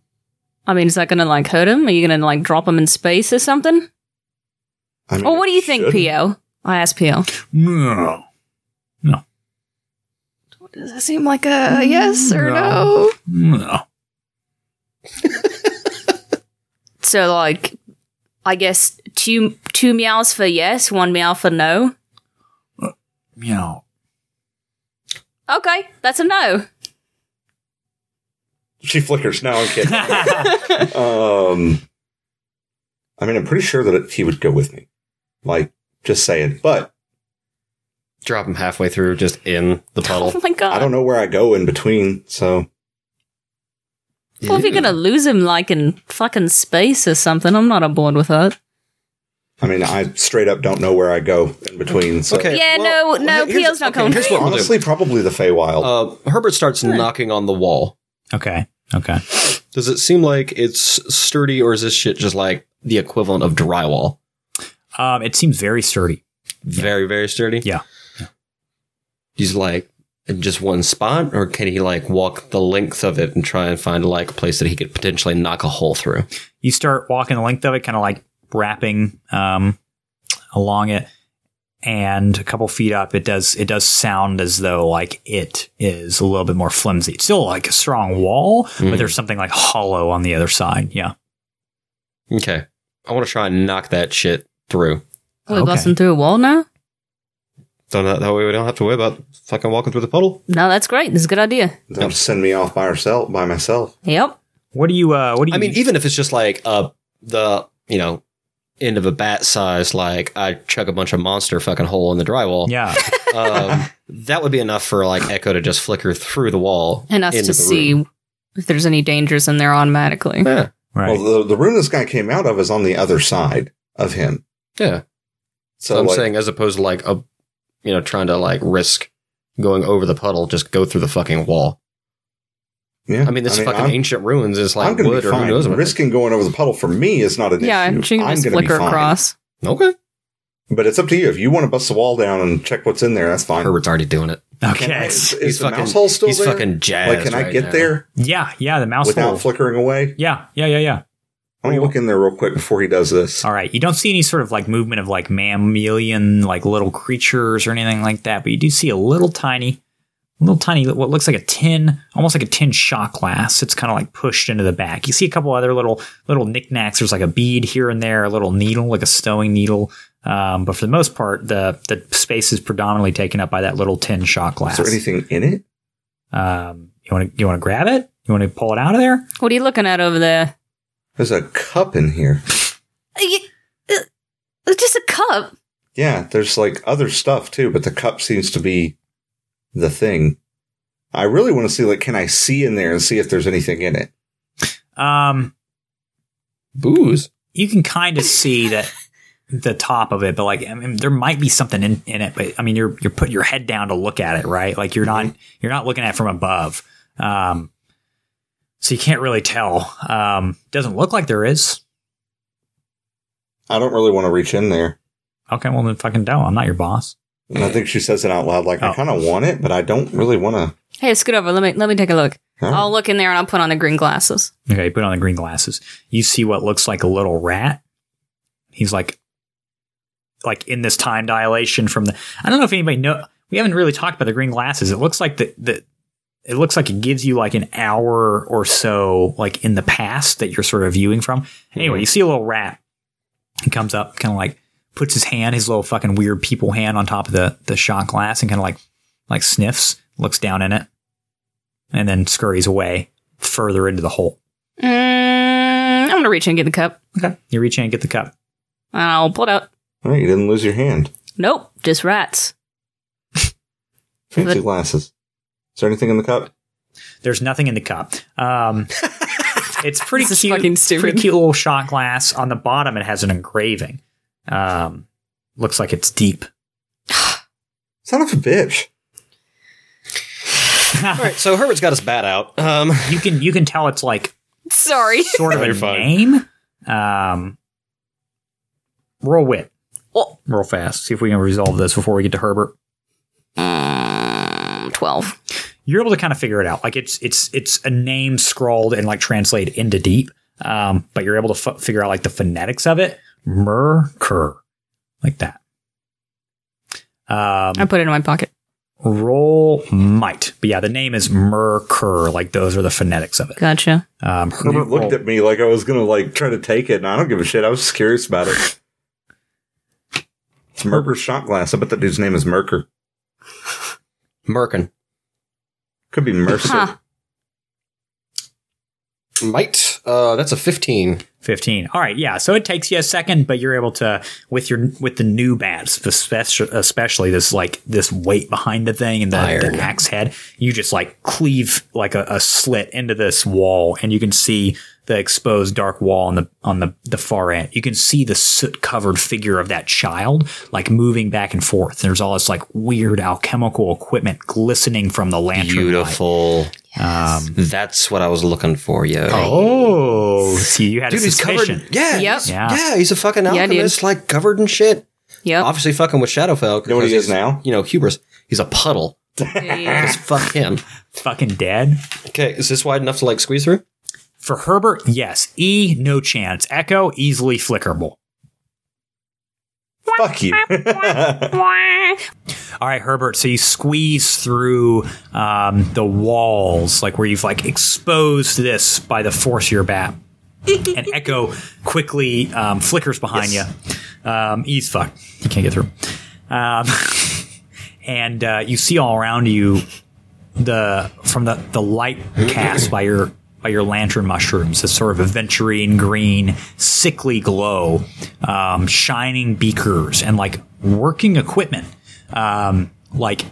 I mean, is that gonna like hurt him? Are you gonna like drop him in space or something?
I mean,
Or what do you think,
should-
PL? I asked PL.
No. No.
Does that seem like a yes or
Mm,
no?
no. No.
So like, I guess two two meows for yes, one meow for no.
Meow.
Okay, that's a no.
She flickers. No, I'm kidding. um, I mean, I'm pretty sure that it, he would go with me. Like, just saying. But
Drop him halfway through just in
Oh
the puddle.
my god.
I don't know where I go in between. So
Well, if you're gonna lose him like in fucking space or something, I'm not on board with that.
I mean, I straight up don't know where I go in between. So
Okay.
Yeah,
well-
no,
well,
no,
here's-
PL's not
okay,
coming.
here's what we'll do.
honestly, probably the Feywild.
Uh, Herbert starts
Hmm.
knocking on the wall.
Okay. Okay.
Does it seem like it's sturdy, or is this shit just like the equivalent of drywall?
Um, it seems very sturdy.
Very, very sturdy.
Yeah.
He's like in just one spot, or can he like walk the length of it and try and find like a place that he could potentially knock a hole through?
You start walking the length of it, kind of like wrapping um, along it, and a couple feet up, it does it does sound as though like it is a little bit more flimsy. It's still like a strong wall, but
Mhm.
there's something like hollow on the other side. Yeah.
Okay, I want to try and knock that shit through.
We're
Okay.
busting through a wall now?
So that, that way we don't have to worry about fucking walking through the puddle.
No, that's great. That's a good idea.
Don't send me off by herself by myself.
Yep.
What do you? Uh, what do you?
I mean, even if it's just like uh the you know end of a bat size, like I chuck a bunch of monster fucking hole in the drywall.
yeah.
um, that would be enough for like Echo to just flicker through the wall
And us
into
to
the
see
room.
if there's any dangers in there automatically.
Yeah,
Right.
Well, the, the room this guy came out of is on the other side of him.
yeah.
So
So I'm
like,
saying, as opposed to like a, you know, trying to like risk going over the puddle, just go through the fucking wall.
Yeah,
I mean, this fucking
I'm-
ancient ruins is
I'm
like
going to
wood
be
or who
fine.
knows what.
Risking going over the puddle for me is not an
yeah,
issue.
she can
I'm
just
gonna be
flicker
fine.
across.
Okay.
But it's up to you. If you want to bust the wall down and check what's in there, that's fine.
Herbert's already doing it.
Okay.
Is, is
He's
the
fucking-
mouse hole still
he's
there?
fucking jazzed
Like, can I
right
get
now.
there
Yeah, yeah, the mouse
without
hole.
flickering away?
yeah, yeah, yeah, yeah.
I'm gonna look in there real quick before he does this.
All right. You don't see any sort of like movement of like mammalian like little creatures or anything like that, but you do see a little tiny, little tiny what looks like a tin, almost like a tin shot glass. It's kind of like pushed into the back. You see a couple other little little knickknacks. There's like a bead here and there, a little needle, like a stowing needle. Um, but for the most part, the the space is predominantly taken up by that little tin shot glass.
Is there anything in it?
um, you want to you want to grab it? You want to pull it out of there?
What are you looking at over there?
There's a cup in here.
It's uh, just a cup.
Yeah, there's like other stuff too, but the cup seems to be the thing. I really want to see like can I see in there and see if there's anything in it.
Um,
Booze.
you can kind of see that the top of it, but like I mean, there might be something in, in it. But I mean, you're you're putting your head down to look at it, right? Like you're not you're not looking at it from above, um, so you can't really tell. Um, doesn't look like there is.
I don't really want to reach in there.
Okay, well then fucking don't. I'm not your boss.
And I think she says it out loud like I
Oh.
kind of want it, but I don't really want to.
Hey, scoot over. Let me let me take a look. I'll look in there and I'll put on the green glasses.
Okay, you put on the green glasses. You see what looks like a little rat. He's like, like in this time dilation from the. I don't know if anybody know. We haven't really talked about the green glasses. It looks like the the. It looks like it gives you like an hour or so, like in the past that you're sort of viewing from. Anyway, you see a little rat. He comes up, kind of like puts his hand, his little fucking weird people hand on top of the the shot glass, and kind of like like sniffs, looks down in it, and then scurries away further into the hole.
Mm, I'm gonna reach in and get the cup.
Okay. You reach in and get the cup.
I'll pull it out.
All right, you didn't lose your hand.
Nope, just rats.
Fancy
But-
glasses. Is there anything in the cup?
There's nothing in the cup. Um, it's pretty
This is
cute.
fucking stupid.
Pretty cute little shot glass. On the bottom, it has an engraving. Um, looks like it's deep.
Son of a bitch.
All right, so Herbert's got his bat out. Um,
You can you can tell it's like
Sorry.
sort of
No,
a
you're fine.
name. Um, roll wit.
Oh.
Roll fast. See if we can resolve this before we get to Herbert.
Mm, Twelve.
you're able to kind of figure it out. Like it's it's it's a name scrawled and like translated into deep, um, but you're able to f- figure out like the phonetics of it. Merker, like that.
I
Um,
put it in my pocket.
roll might, but yeah, the name is Merker. Like those are the phonetics of it.
Gotcha.
Um,
You
Herbert
looked
oh.
roll-
at me like I was gonna like try to take it, and I don't give a shit. I was just curious about it. It's Merker's shot glass. I bet that dude's name is Merker.
Merkin.
Could be Mercer.
Huh.
Might. Uh, that's a 15.
15 all right yeah so it takes you a second but you're able to with your with the new bats the spec- especially this like this weight behind the thing and the,
Iron.
the axe head you just like cleave like a, a slit into this wall and you can see the exposed dark wall on the on the, the far end you can see the soot covered figure of that child like moving back and forth there's all this like weird alchemical equipment glistening from the lantern light.
Beautiful.
um,
That's what I was looking for, yo.
oh see you had
Dude,
a
he's covered.
suspicion
Yeah.
Yep.
he's-
Yeah.
Yeah. he's a fucking
dude.
alchemist, like covered in shit.
Yep.
Obviously, fucking with Shadowfell.
know what he
because
is now?
You know, hubris. He's a puddle. Just fuck him.
fucking dead
Okay, is this wide enough to like squeeze through?
For Herbert, yes. E, no chance. Echo, easily flickerable.
Fuck you.
All right, Herbert. So you squeeze through um, the walls, like where you've like exposed this by the force of your bat, and Echo quickly um, flickers behind you. Um, E's fucked. You can't get through. Um, and uh, you see all around you the from the, the light cast by your by your lantern mushrooms, this sort of aventurine green, sickly glow, um, shining beakers and like working equipment. Um, like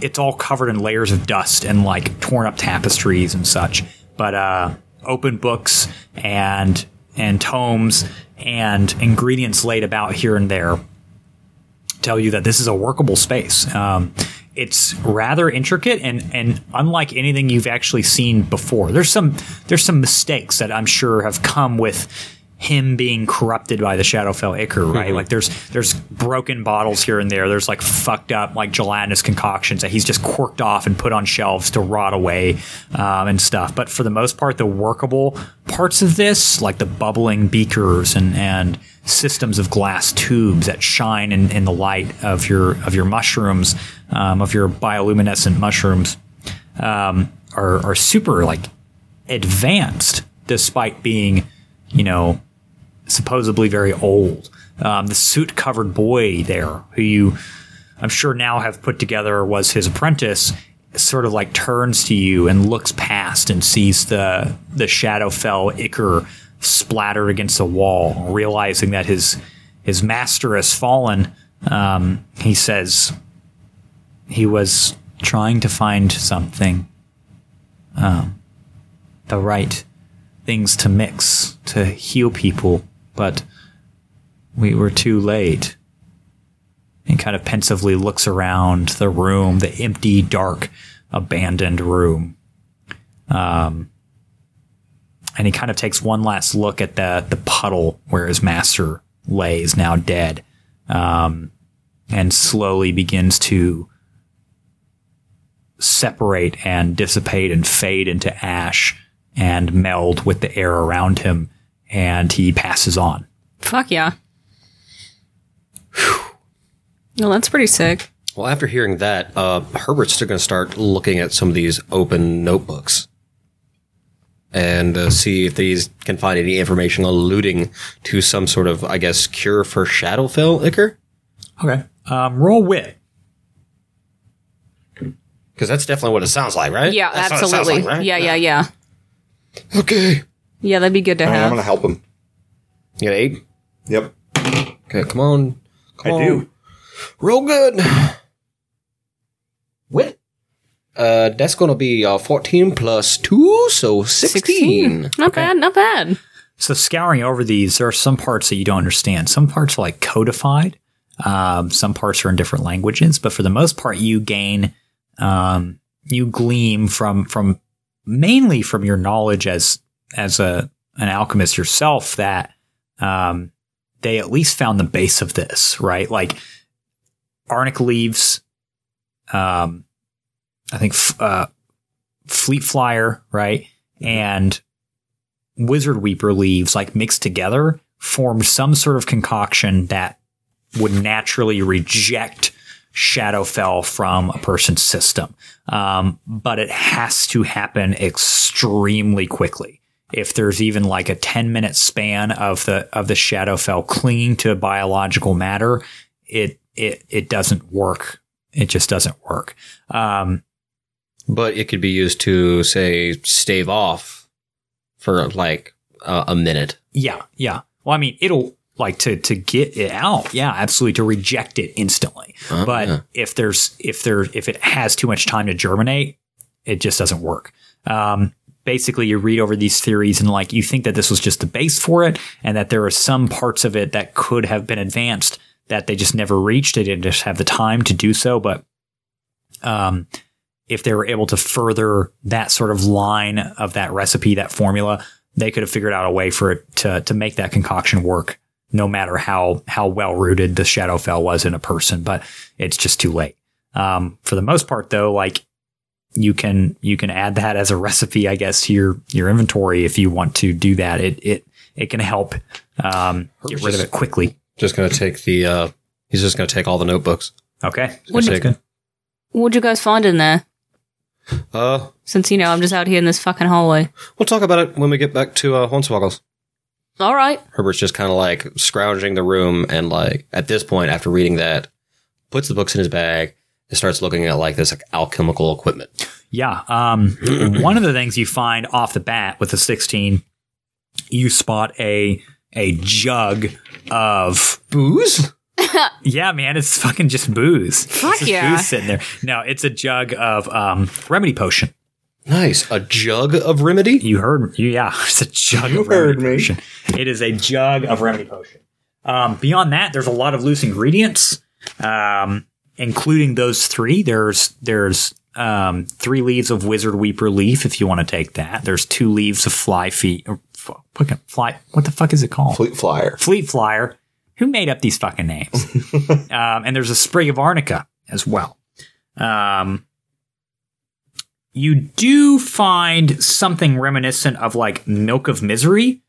it's all covered in layers of dust and like torn up tapestries and such. But uh, open books and and tomes and ingredients laid about here and there tell you that this is a workable space. Um, it's rather intricate and and unlike anything you've actually seen before. There's some there's some mistakes that I'm sure have come with him being corrupted by the Shadowfell Ichor, right? Like there's there's broken bottles here and there. There's like fucked up like gelatinous concoctions that he's just corked off and put on shelves to rot away um, and stuff. But for the most part, the workable parts of this, like the bubbling beakers and and systems of glass tubes that shine in, in the light of your of your mushrooms, um, of your bioluminescent mushrooms, um, are are super like advanced despite being, you know, supposedly very old. Um, the suit covered boy there, who you, I'm sure, now have put together was his apprentice, sort of like turns to you and looks past and sees the, the Shadowfell Icker splattered against the wall, realizing that his, his master has fallen. Um, he says he was trying to find something, um, the right things to mix to heal people, but we were too late. And kind of pensively looks around the room, the empty, dark, abandoned room. Um, and he kind of takes one last look at the the puddle where his master lays now dead, um, and slowly begins to separate and dissipate and fade into ash and meld with the air around him, and he passes on.
Fuck yeah. Well, that's pretty sick.
Well, after hearing that, uh, Herbert's still going to start looking at some of these open notebooks and uh, see if these can find any information alluding to some sort of, I guess, cure for Shadowfell liquor.
Okay. Um, roll wit.
Because that's definitely what it sounds like, right?
Yeah,
That's what it sounds
absolutely.
like, right?
Yeah, yeah, yeah.
Okay.
Yeah, that'd be good to
I mean, I'm
have.
going to help him.
You got eight?
Yep.
Okay, come on. Come
I
on.
do.
Real good. Wit. Uh, that's going to be uh, 14 plus 2, so 16.
Not bad, not bad.
So scouring over these, there are some parts that you don't understand. Some parts are like codified. Um, some parts are in different languages, but for the most part, you gain, um, you gleam from from mainly from your knowledge as as a an alchemist yourself that um, they at least found the base of this, right? Like arnica leaves, um, I think f- uh, fleet flyer, right, and wizard weeper leaves like mixed together formed some sort of concoction that would naturally reject shadowfell from a person's system um, but it has to happen extremely quickly if there's even like a 10 minute span of the of the shadowfell clinging to biological matter it it it doesn't work it just doesn't work um,
But it could be used to, say, stave off for like uh, a minute.
Yeah, yeah. Well, I mean, it'll like to to get it out. Yeah, absolutely to reject it instantly. but if there's if there if it has too much time to germinate, it just doesn't work. Um, basically, you read over these theories and like you think that this was just the base for it, and that there are some parts of it that could have been advanced that they just never reached. They didn't just have the time to do so, but um, if they were able to further that sort of line of that recipe, that formula, they could have figured out a way for it to to make that concoction work, no matter how how well rooted the Shadowfell was in a person. But it's just too late. Um, for the most part, though, like you can you can add that as a recipe, I guess, to your your inventory if you want to do that. It it it can help um, get rid of it quickly.
Just going to take the, uh, he's just going to take all the notebooks.
Okay,
Wouldn't-
That's good.
What'd you guys find in there?
Uh,
Since, you know, I'm just out here in this fucking hallway.
we'll talk about it when we get back to uh, Hornswoggles.
All right.
Herbert's just kind of like scrounging the room and like at this point after reading that puts the books in his bag and starts looking at like this like alchemical equipment.
Yeah. Um, one of the things you find off the bat with the 16, you spot a a jug of
Booze?
yeah, man, it's fucking just booze.
Fuck
It's just
yeah.
booze sitting there. No, it's a jug of um, remedy potion.
Nice. A jug of remedy?
You heard, yeah, it's a jug
You
of remedy
heard me.
potion. It is a jug of remedy potion. Um, beyond that, there's a lot of loose ingredients. Um, including those three, there's there's um, three leaves of Wizard Weeper leaf if you want to take that. There's two leaves of Fly Feet. Or f- fucking fly. What the fuck is it called?
Fleet Flyer.
Fleet Flyer. Who made up these fucking names? um, and there's a sprig of arnica as well. Um, you do find something reminiscent of like Milk of Misery,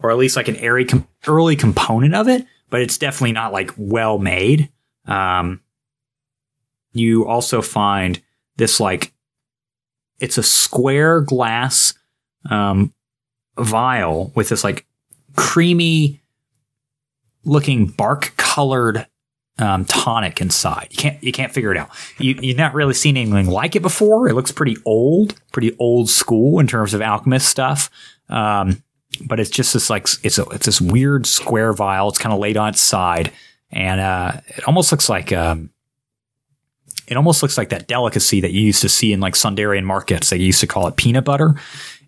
or at least like an airy com- early component of it, but it's definitely not like well made. Um, you also find this like it's a square glass um, vial with this like creamy looking bark colored um, tonic inside. You can't you can't figure it out. You, you've not really seen anything like it before. It looks pretty old, pretty old school in terms of alchemist stuff. Um, but it's just this like it's a, it's this weird square vial. It's kind of laid on its side, and uh, it almost looks like um, it almost looks like that delicacy that you used to see in like Sundarian markets. They used to call it peanut butter.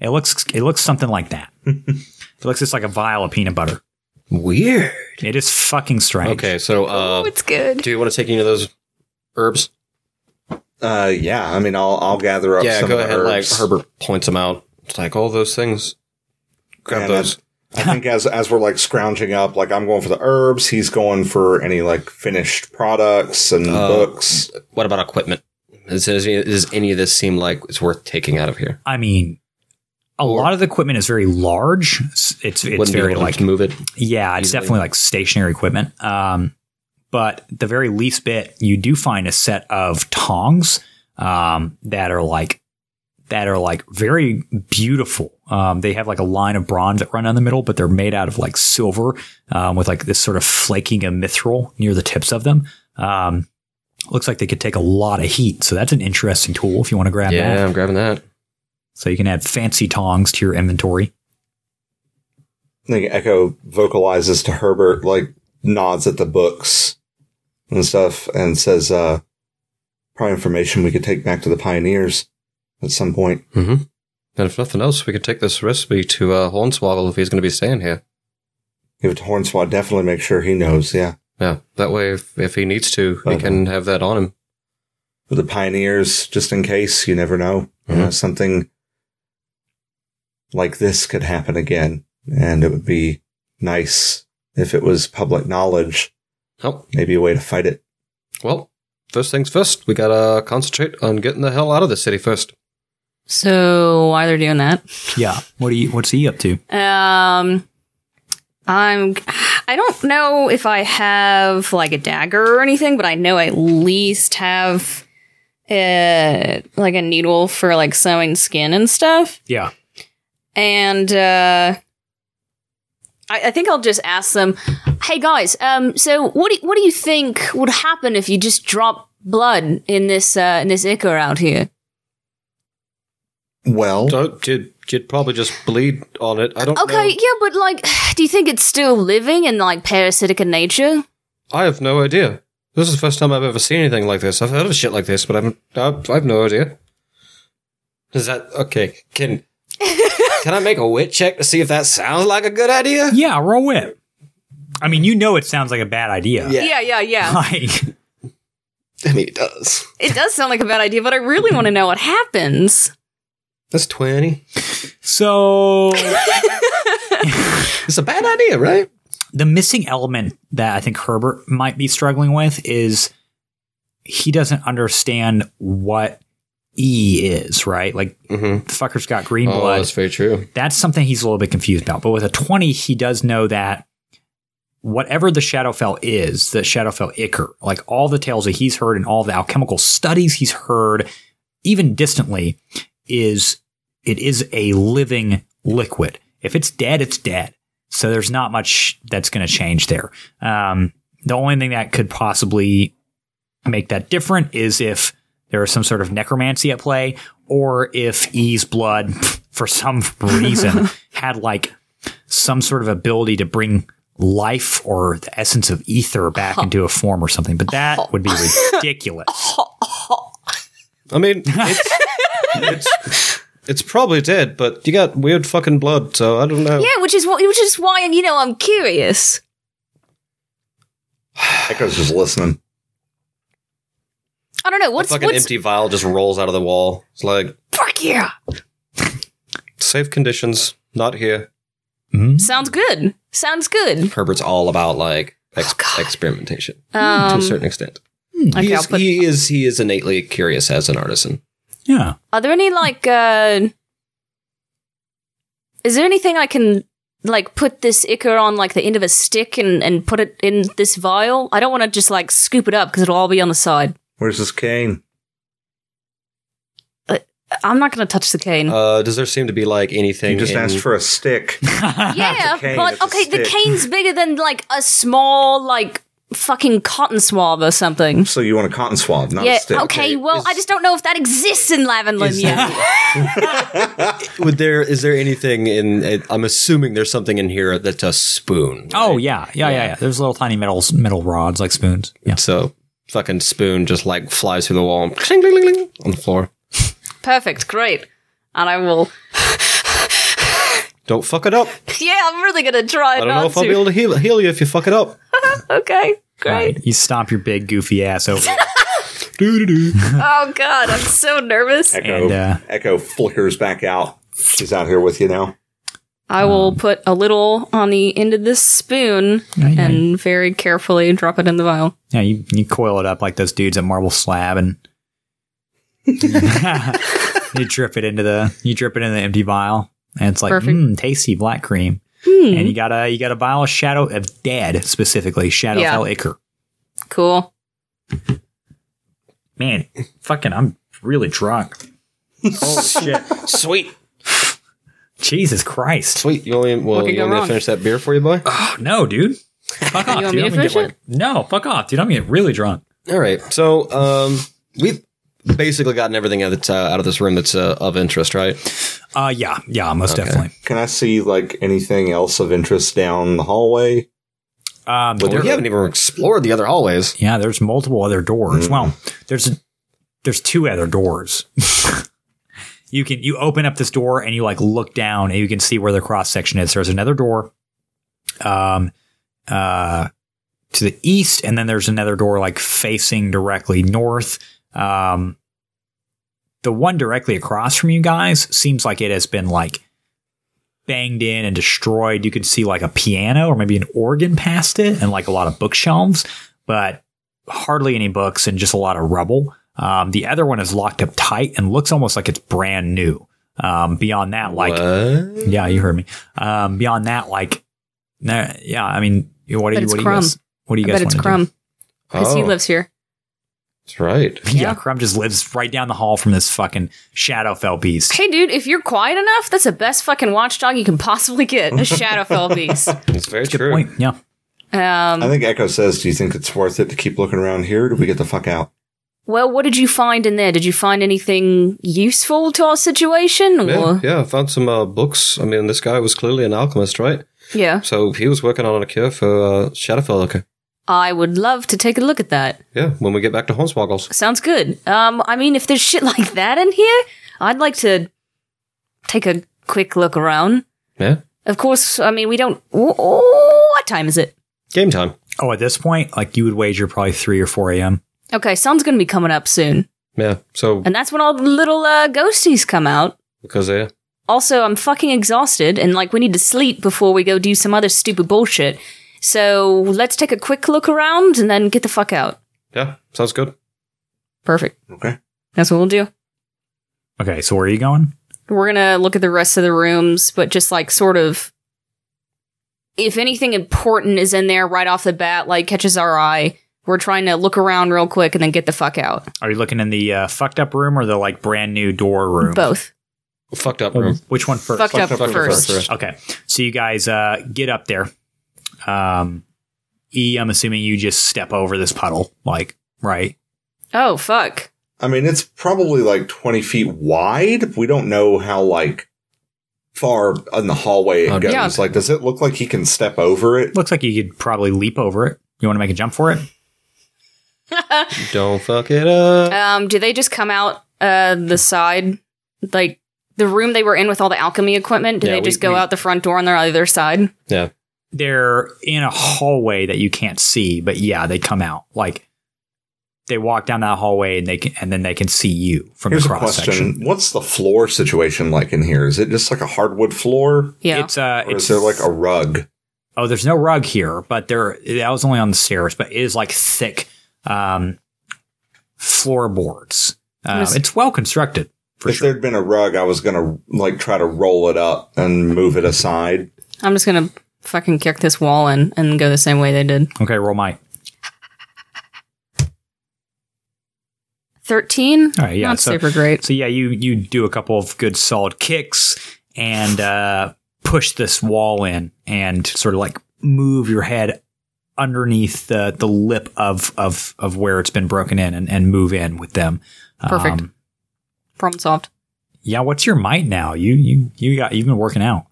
It looks it looks something like that. it looks just like a vial of peanut butter.
Weird.
It is fucking strange.
Okay, so uh,
Oh, it's good.
do you want to take any of those herbs?
Uh, yeah, I mean, I'll I'll gather up.
yeah,
some
go
of the
ahead.
herbs.
Like Herbert points them out. It's like all those things. Grab
And
those.
I, I think as as we're like scrounging up, like I'm going for the herbs. He's going for any like finished products and
Oh.
books.
What about equipment? Does, does any, does any of this seem like it's worth taking out of here?
I mean, a lot of the equipment is very large. It's it's, it's
Wouldn't be
very
able to
like
just move it.
yeah, it's
easily.
definitely like stationary equipment. Um, but the very least bit, you do find a set of tongs um, that are like that are like very beautiful. Um, they have like a line of bronze that run down the middle, but they're made out of like silver um, with like this sort of flaking mithril near the tips of them. Um, looks like they could take a lot of heat, so that's an interesting tool if you want to grab that.
Yeah, I'm grabbing that.
So you can add fancy tongs to your inventory.
I think Echo vocalizes to Herbert, like nods at the books and stuff, and says, uh, "Probably information we could take back to the pioneers at some point."
Mm-hmm. And if nothing else, we could take this recipe to uh, Hornswoggle if he's going to be staying here.
Give it to Hornswad. Definitely make sure he knows. Yeah,
Yeah, that way, if, if he needs to, he
Uh-huh.
can have that on him.
for the pioneers, just in case. You never know. You know, something like this could happen again, and it would be nice if it was public knowledge.
Oh,
Maybe a way to fight it.
well, first things first. We got to concentrate on getting the hell out of this city first.
So while they're doing that,
Yeah. What do you? What's he up to?
um, I'm. I don't know if I have like a dagger or anything, but I know I at least have uh like a needle for like sewing skin and stuff.
Yeah.
and uh, I, I think I'll just ask them, "Hey guys, um, so what do what do you think would happen if you just drop blood in this uh, in this ichor out here?"
Well,
So you'd, you'd probably just bleed on it. I don't
Okay,
know.
yeah, but like, do you think it's still living and like parasitic in nature?
I have no idea. This is the first time I've ever seen anything like this. I've heard of shit like this, but I'm, I've, I've no idea. Is that okay? Can can I make a wit check to see if that sounds like a good idea?
Yeah. Roll it. I mean, you know, it sounds like a bad idea.
Yeah.
yeah, yeah.
Like,
I mean, it does.
it does sound like a bad idea, but I really want to know what happens.
That's twenty.
so
It's a bad idea, right?
the missing element that I think Herbert might be struggling with is he doesn't understand what E is, right? Like,
Mm-hmm.
the fucker's got green
Oh,
blood.
that's very true.
that's something he's a little bit confused about. But with a 20, he does know that whatever the Shadowfell is, the Shadowfell Icker, like all the tales that he's heard and all the alchemical studies he's heard, even distantly, is it is a living liquid. If it's dead, it's dead. So there's not much that's going to change there. Um, the only thing that could possibly make that different is if there is some sort of necromancy at play, or if E's blood, for some reason, had like some sort of ability to bring life or the essence of ether back into a form or something. But that would be ridiculous.
I mean, it's, it's it's probably dead, but you got weird fucking blood, so I don't know.
Yeah, which is what, which is why you know I'm curious.
Echo's just listening.
I don't know. What's
It's like an
what's
empty vial just rolls out of the wall. It's like
fuck yeah?
safe conditions, not here.
Sounds good. Sounds good.
Herbert's all about like ex-
Oh, God.
experimentation to a
Um,
certain extent.
hmm.
okay,
he,
I'll
is,
put,
he is he is innately curious as an artisan.
Yeah.
are there any like uh Is there anything I can like put this ichor on like the end of a stick and and put it in this vial? I don't want to just like scoop it up because it'll all be on the side.
Where's this cane?
I'm not going to touch the cane.
Uh, does there seem to be like anything?
You just
in-
asked for a stick.
Uh,
yeah,
it's a cane,
but
it's a
okay, the
stick.
cane's bigger than like a small like fucking cotton swab or something.
So you want a cotton swab, not
Yeah,
a stick.
okay, well, I just don't know if that exists in Lavenland
is-
yet.
Would there is there anything in? I'm assuming there's something in here that's a spoon.
Oh
right?
yeah, yeah, yeah, yeah. There's little tiny metal metal rods like spoons. Yeah.
So fucking spoon just like flies through the wall and cling, cling, cling, cling, on the floor.
Perfect, great. And I will.
Don't fuck it up.
Yeah, I'm really gonna try
I don't
not
know if
to.
I'll be able to heal, heal you if you fuck it up.
okay,
All
great.
right, You stomp your big goofy ass over.
Oh god, I'm so nervous.
Echo,
And, uh,
Echo flickers back out. She's out here with you now.
I will put a little on the end of this spoon
Yeah, yeah.
and very carefully drop it in the vial.
yeah, you, you coil it up like those dudes at Marble Slab, and you drip it into the you drip it in the empty vial, and it's like
Perfect. Hmm.
mm, tasty black cream. And you got a you got a vial of Shadow of Dead specifically Shadow
Yeah.
Hell Ichor.
Cool.
Man, fucking, I'm really drunk. Holy shit!
Sweet,
Jesus Christ!
sweet. You only well,
What could
you
go
want me to
wrong?
finish that beer for you, boy?
Oh, no, dude. Fuck off,
want
dude.
me to
I'm gonna get
finish
like, no, fuck off, dude. I'm gonna get really drunk.
All right. So um, we've basically gotten everything that's uh, out of this room that's uh, of interest, right?
Uh, yeah, yeah, most definitely.
Can I see like anything else of interest down the hallway?
Um,
But
there-
we haven't even explored the other hallways.
yeah, there's multiple other doors. Well, there's there's two other doors. you can you open up this door and you like look down and you can see where the cross section is. There's another door, um, uh, to the east, and then there's another door like facing directly north. Um, the one directly across from you guys seems like it has been like banged in and destroyed. You could see like a piano or maybe an organ past it and like a lot of bookshelves, but hardly any books and just a lot of rubble. Um, the other one is locked up tight and looks almost like it's brand new. Um, beyond that, like,
What?
yeah, you heard me. Um, beyond that, like, no, yeah, I mean, what do
bet
you,
it's
what do you
Crumb.
guys, what do you
I
guys
bet it's
wanna do?
Crumb because he
Oh,
lives here.
That's right.
Yeah.
Yeah.
Crumb just lives right down the hall from this fucking Shadowfell beast.
Hey, dude, if you're quiet enough, that's the best fucking watchdog you can possibly get. A Shadowfell beast.
That's very
Good
true.
point. Yeah.
I
Um,
think Echo says, "Do you think it's worth it to keep looking around here? Or do we get the fuck out?"
well, what did you find in there? Did you find anything useful to our situation? Or
Yeah, yeah, I found some uh, books. I mean, this guy was clearly an alchemist, right?
yeah,
So he was working on a cure for uh, Shadowfell liquor.
I would love to take a look at that.
Yeah, when we get back to Hornswoggles.
Sounds good. Um, I mean, if there's shit like that in here, I'd like to take a quick look around.
Yeah,
Of course, I mean, we don't. Oh, oh, what time is it?
game time.
Oh, at this point, like you would wager probably three or four a.m.
Okay, sun's gonna be coming up soon,
Yeah, so
and that's when all the little uh, ghosties come out.
because yeah,
Also, I'm fucking exhausted, and like we need to sleep before we go do some other stupid bullshit. So let's take a quick look around and then get the fuck out.
yeah, sounds good.
Perfect.
Okay.
That's what we'll do.
Okay, so where are you going?
We're gonna look at the rest of the rooms, but just like sort of if anything important is in there right off the bat, like catches our eye, we're trying to look around real quick and then get the fuck out.
Are you looking in the uh, fucked up room or the like brand new door room?
Both.
Fucked up
Um,
room.
Which one first?
Fucked, up,
up room
first.
Oh, first.
Okay, so you guys uh, get up there. Um, e, I'm assuming you just step over this puddle, like right?
Oh fuck.
I mean, it's probably like twenty feet wide. We don't know how like far in the hallway it
Oh,
goes.
yeah.
Like, does it look like he can step over it?
Looks like you could probably leap over it. You want to make a jump for it?
Don't fuck it up.
Um, do they just come out uh the side? Like the room they were in with all the alchemy equipment, do
Yeah,
they
we-
just go
we-
out the front door on their other side?
Yeah,
They're in a hallway that you can't see, but yeah, they come out like they walk down that hallway and they can, and then they can see you from
Here's
the
a
cross section.
question. What's the floor situation like in here? Is it just like a hardwood floor?
Yeah.
It's uh,
Or
it's
is there like a rug?
oh, there's no rug here, but there that was only on the stairs, but it is like thick um, floorboards. Um,
Yes.
it's well constructed for
if
sure.
there'd been a rug, I was gonna like try to roll it up and move it aside.
I'm just gonna fucking kick this wall in and go the same way they did.
Okay, roll my.
Thirteen.
All right, yeah,
Not
so-
super great.
So yeah, you you do a couple of good solid kicks and uh, push this wall in and sort of like move your head underneath the the lip of of of where it's been broken in and, and move in with them. Um,
Perfect. Problem solved.
yeah, what's your might now? You you you got you've been working out.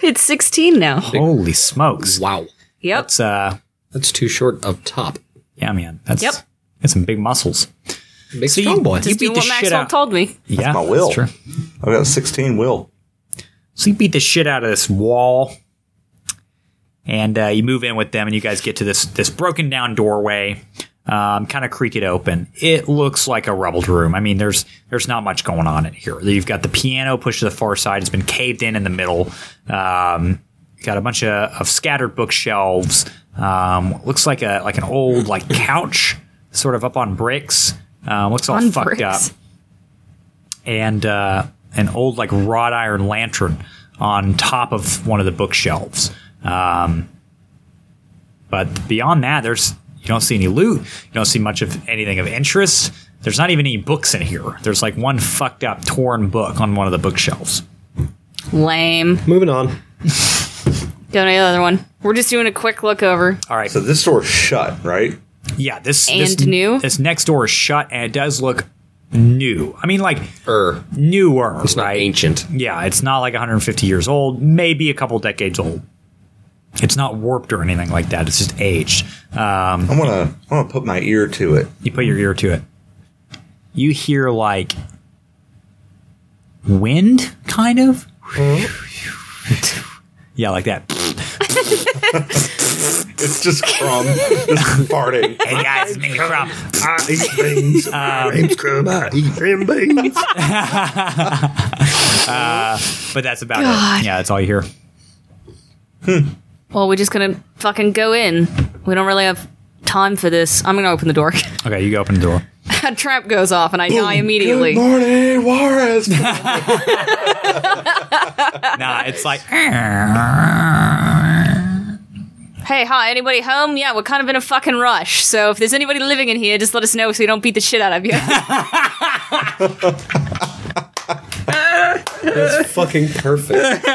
It's sixteen now.
Holy smokes!
Wow.
Yep.
That's uh
That's too short up top.
yeah, man. That's
Yep.
That's some big muscles.
Big
So you
strong boy.
just-
Just
beat
do
the
what
shit
Maxwell
out-
told me.
yeah,
my will.
That's true.
I've got sixteen will.
So you beat the shit out of this wall, and uh, you move in with them, and you guys get to this this broken down doorway. Um, kind of creak it open. It looks like a rubbled room. I mean, there's there's not much going on in here. You've got the piano pushed to the far side. It's been caved in in the middle. Um, you got a bunch of, of scattered bookshelves. Um, what looks like a like an old like couch, sort of up on bricks. Um, looks all
On
fucked
bricks.
up and uh, an old like wrought iron lantern on top of one of the bookshelves. Um, but beyond that, there's you don't see any loot. You don't see much of anything of interest. There's not even any books in here. There's like one fucked up torn book on one of the bookshelves.
Lame.
Moving on.
Go to the other one. We're just doing a quick look over.
All right,
So this door's shut, right?
yeah, this this,
And new?
This next door is shut, and it does look new. I mean, like
Er.
newer.
It's not
right?
ancient.
Yeah, it's not like 150 years old, maybe a couple decades old. It's not warped or anything like that. It's just aged. Um,
I wanna I wanna put my ear to it.
you put your ear to it. You hear like wind, kind of. Mm-hmm. yeah, like that.
It's just crumb just farting.
hey guys, it's me, Crumb. Um, But that's about
God.
it. Yeah, that's all you hear.
Well, we're just gonna fucking go in. We don't really have time for this. I'm gonna open the door.
Okay, you go open the door.
a trap goes off and I die immediately.
Oh, Good morning, Juarez.
Nah, it's like
Hey, hi, anybody home? Yeah, we're kind of in a fucking rush. So if there's anybody living in here, just let us know so we don't beat the shit out of you.
Oh,
That's fucking perfect.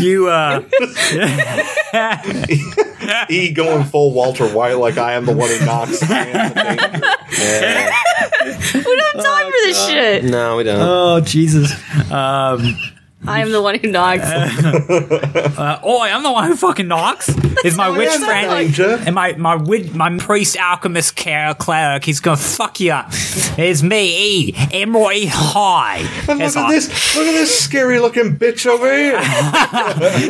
you. Uh,
E going full Walter White like I am the one who knocks. I am the danger.
we don't have time for this shit.
no, we don't.
oh Jesus. Um,
I am the one who
Uh,
knocks.
Oh, I'm the one who fucking knocks. Is my witch
that's
friend
like-
Danger.
and my my wid, my priest alchemist care cleric? He's gonna fuck you up. It's me, E. Emory High.
And
It's
look at
all-
this! Look at this scary looking bitch over here.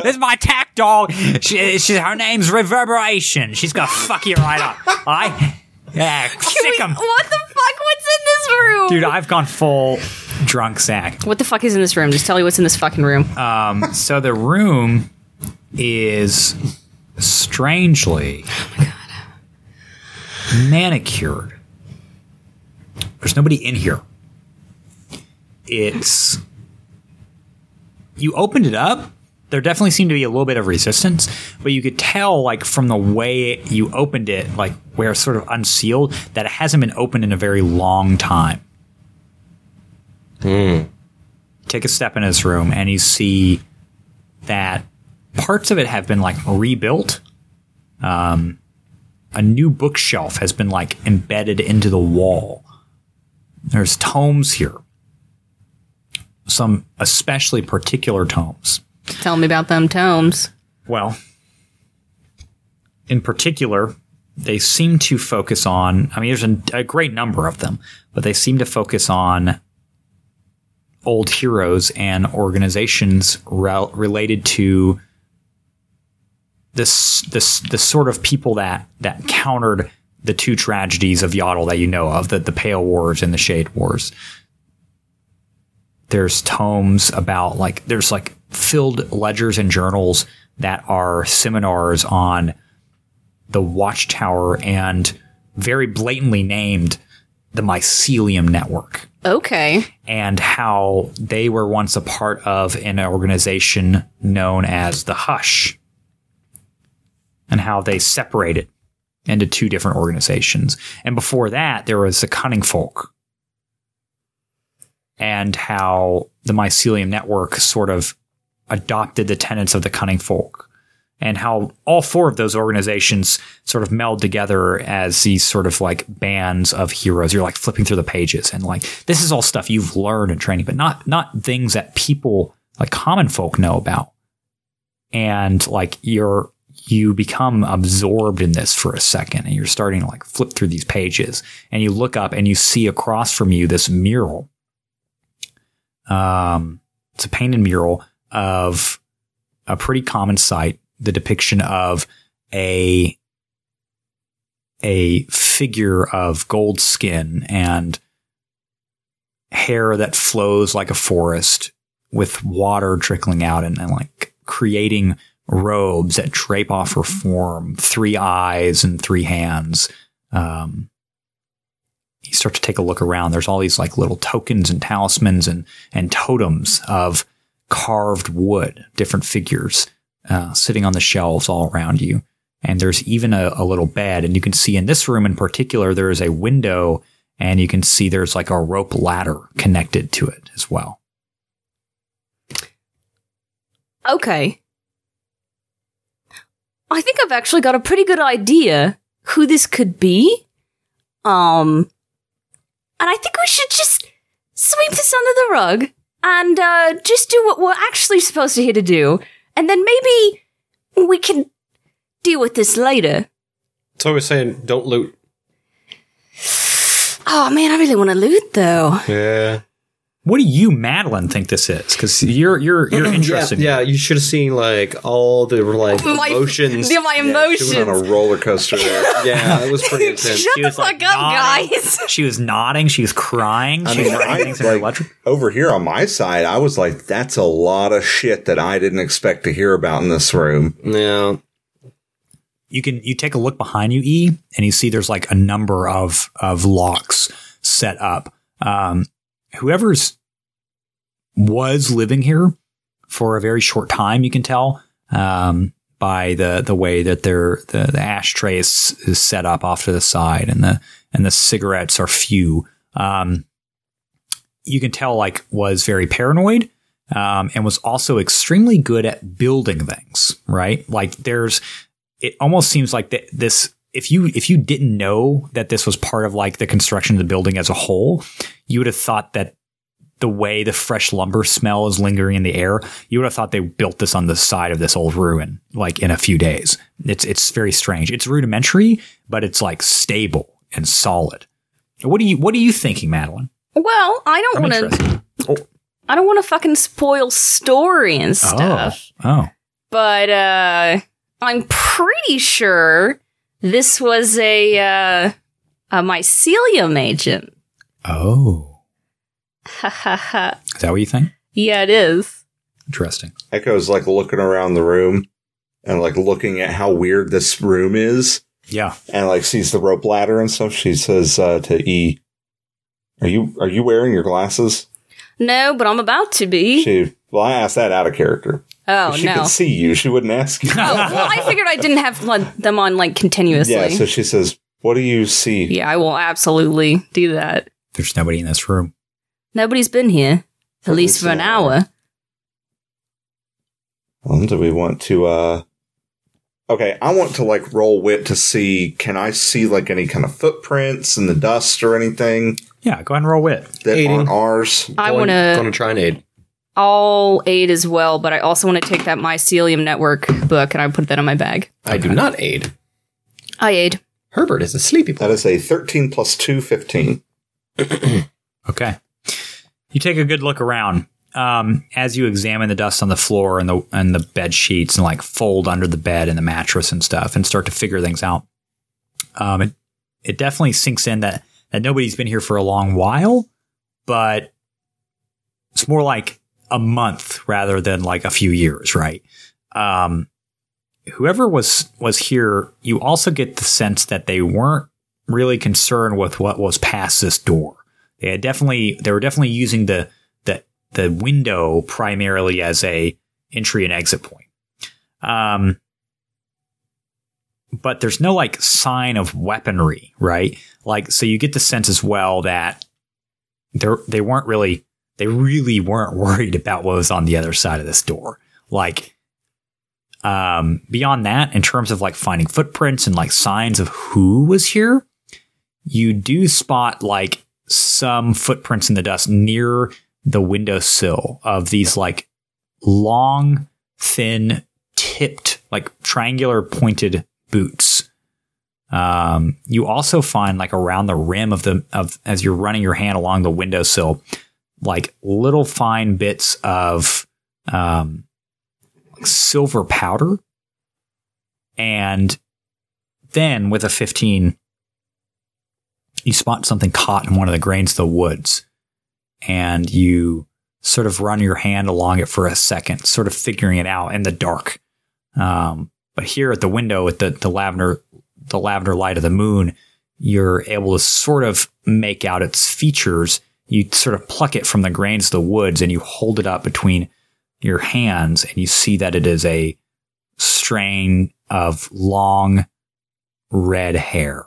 This is my attack dog. She, she, her name's Reverberation. She's gonna fuck you right up. I yeah,
Can we-
sick 'em.
what the fuck? What's in this room?
dude. I've gone full drunk sack.
What the fuck is in this room? Just tell me what's in this fucking room.
Uh, So the room is strangely manicured. There's nobody in here. It's you opened it up. There definitely seemed to be a little bit of resistance, but you could tell, like from the way you opened it, like where it's sort of unsealed, that it hasn't been opened in a very long time. Take a step in his room, and you see that parts of it have been like rebuilt. Um, a new bookshelf has been like embedded into the wall. There's tomes here, some especially particular tomes.
tell me about them tomes.
Well, in particular, they seem to focus on. I mean, there's a, a great number of them, but they seem to focus on old heroes and organizations rel related to this this the sort of people that that countered the two tragedies of Yodel that you know of, the the Pale Wars and the Shade Wars. There's tomes about like there's like filled ledgers and journals that are seminars on the Watchtower and very blatantly named the Mycelium Network
Okay.
and how they were once a part of an organization known as the Hush, and how they separated into two different organizations. And before that, there was the Cunning Folk, and how the Mycelium Network sort of adopted the tenets of the Cunning Folk. And how all four of those organizations sort of meld together as these sort of like bands of heroes. You're like flipping through the pages and like this is all stuff you've learned in training, but not not things that people like common folk know about. And like you're you become absorbed in this for a second and you're starting to like flip through these pages and you look up and you see across from you this mural. Um it's a painted mural of a pretty common sight, the depiction of a a figure of gold skin and hair that flows like a forest with water trickling out and, and like creating robes that drape off her form, three eyes and three hands. Um, you start to take a look around. There's all these like little tokens and talismans and and totems of carved wood, different figures uh, sitting on the shelves all around you. And there's even a, a little bed. And you can see in this room in particular, there is a window and you can see there's like a rope ladder connected to it as well.
Okay. I think I've actually got a pretty good idea who this could be. Um, and I think we should just sweep this under the rug and uh, just do what we're actually supposed to here to do, and then maybe we can deal with this later.
It's always saying, don't loot.
Oh man, I really want to loot though.
Yeah.
What do you, Madeline, think this is? Because you're you're you're interested.
Yeah, you should have seen like all the like
My-
emotions.
the- my emotions.
She went on a roller coaster. there.
yeah, it was pretty intense.
Shut
She
the
was, like,
fuck up,
nodding.
guys.
She was nodding. She was crying.
I
she
mean,
was writing
I,
things in her
like,
electric.
over here on my side, I was like, that's a lot of shit that I didn't expect to hear about in this room.
Yeah.
You can you take a look behind you, E, and you see there's like a number of of locks set up. Um, whoever's was living here for a very short time, you can tell um, by the the way that their the, the ashtray is, is set up off to the side, and the and the cigarettes are few. Um, you can tell like was very paranoid um, and was also extremely good at building things. Right, like there's it almost seems like th- this. If you if you didn't know that this was part of like the construction of the building as a whole, you would have thought that the way the fresh lumber smell is lingering in the air, you would have thought they built this on the side of this old ruin, like in a few days. It's it's very strange. It's rudimentary, but it's like stable and solid. What do you what are you thinking, Madeline?
Well, I don't
I'm
want to.
interested.
I don't want to fucking spoil story and stuff.
Oh,
but uh, I'm pretty sure this was a uh, a mycelium agent.
oh, oh.
Ha ha ha!
Is that what you think?
yeah, it is.
Interesting.
Echo's like looking around the room and like looking at how weird this room is
Yeah.
and like sees the rope ladder and stuff. She says uh, to E, are you are you wearing your glasses?
No, but I'm about to be.
She well, I asked that out of character.
E? oh
if she
no!
could see you, she wouldn't ask you.
oh well, I figured I didn't have like, them on like continuously.
yeah,
Yeah,
so she says, What do you see?
I will absolutely do that.
There's nobody in this room.
Nobody's been here at least for an hour.
Um, do we want to uh Okay, I want to like roll wit to see can I see like any kind of footprints in the dust or anything
Yeah. Go ahead and roll wit.
that
Aiding.
aren't ours?
I
Going-
want to
Gonna try and aid.
all aid as well, but I also want to take that mycelium network book and I put that in my bag.
I do not aid.
I aid.
Herbert is a sleepy boy.
That is a 13 plus 2, 15.
Okay. You take a good look around um, as you examine the dust on the floor and the and the bed sheets and like fold under the bed and the mattress and stuff and start to figure things out, um, it it definitely sinks in that that nobody's been here for a long while, but it's more like a month rather than like a few years, right? Um, whoever was was here, you also get the sense that they weren't really concerned with what was past this door. They had definitely they were definitely using the the the window primarily as a entry and exit point. Um, but there's no like sign of weaponry, right? Like so you get the sense as well that they they weren't really they really weren't worried about what was on the other side of this door. Like um beyond that in terms of like finding footprints and like signs of who was here, you do spot like some footprints in the dust near the windowsill of these like long, thin, tipped, like triangular pointed boots. Um, you also find like around the rim of the of as you're running your hand along the windowsill, like little fine bits of um, like silver powder. And then with a 15, you spot something caught in one of the grains of the woods and you sort of run your hand along it for a second, sort of figuring it out in the dark. Um, but here at the window with the, the lavender the lavender light of the moon, you're able to sort of make out its features. You sort of pluck it from the grains of the woods and you hold it up between your hands and you see that it is a strain of long red
Hmm.
hair.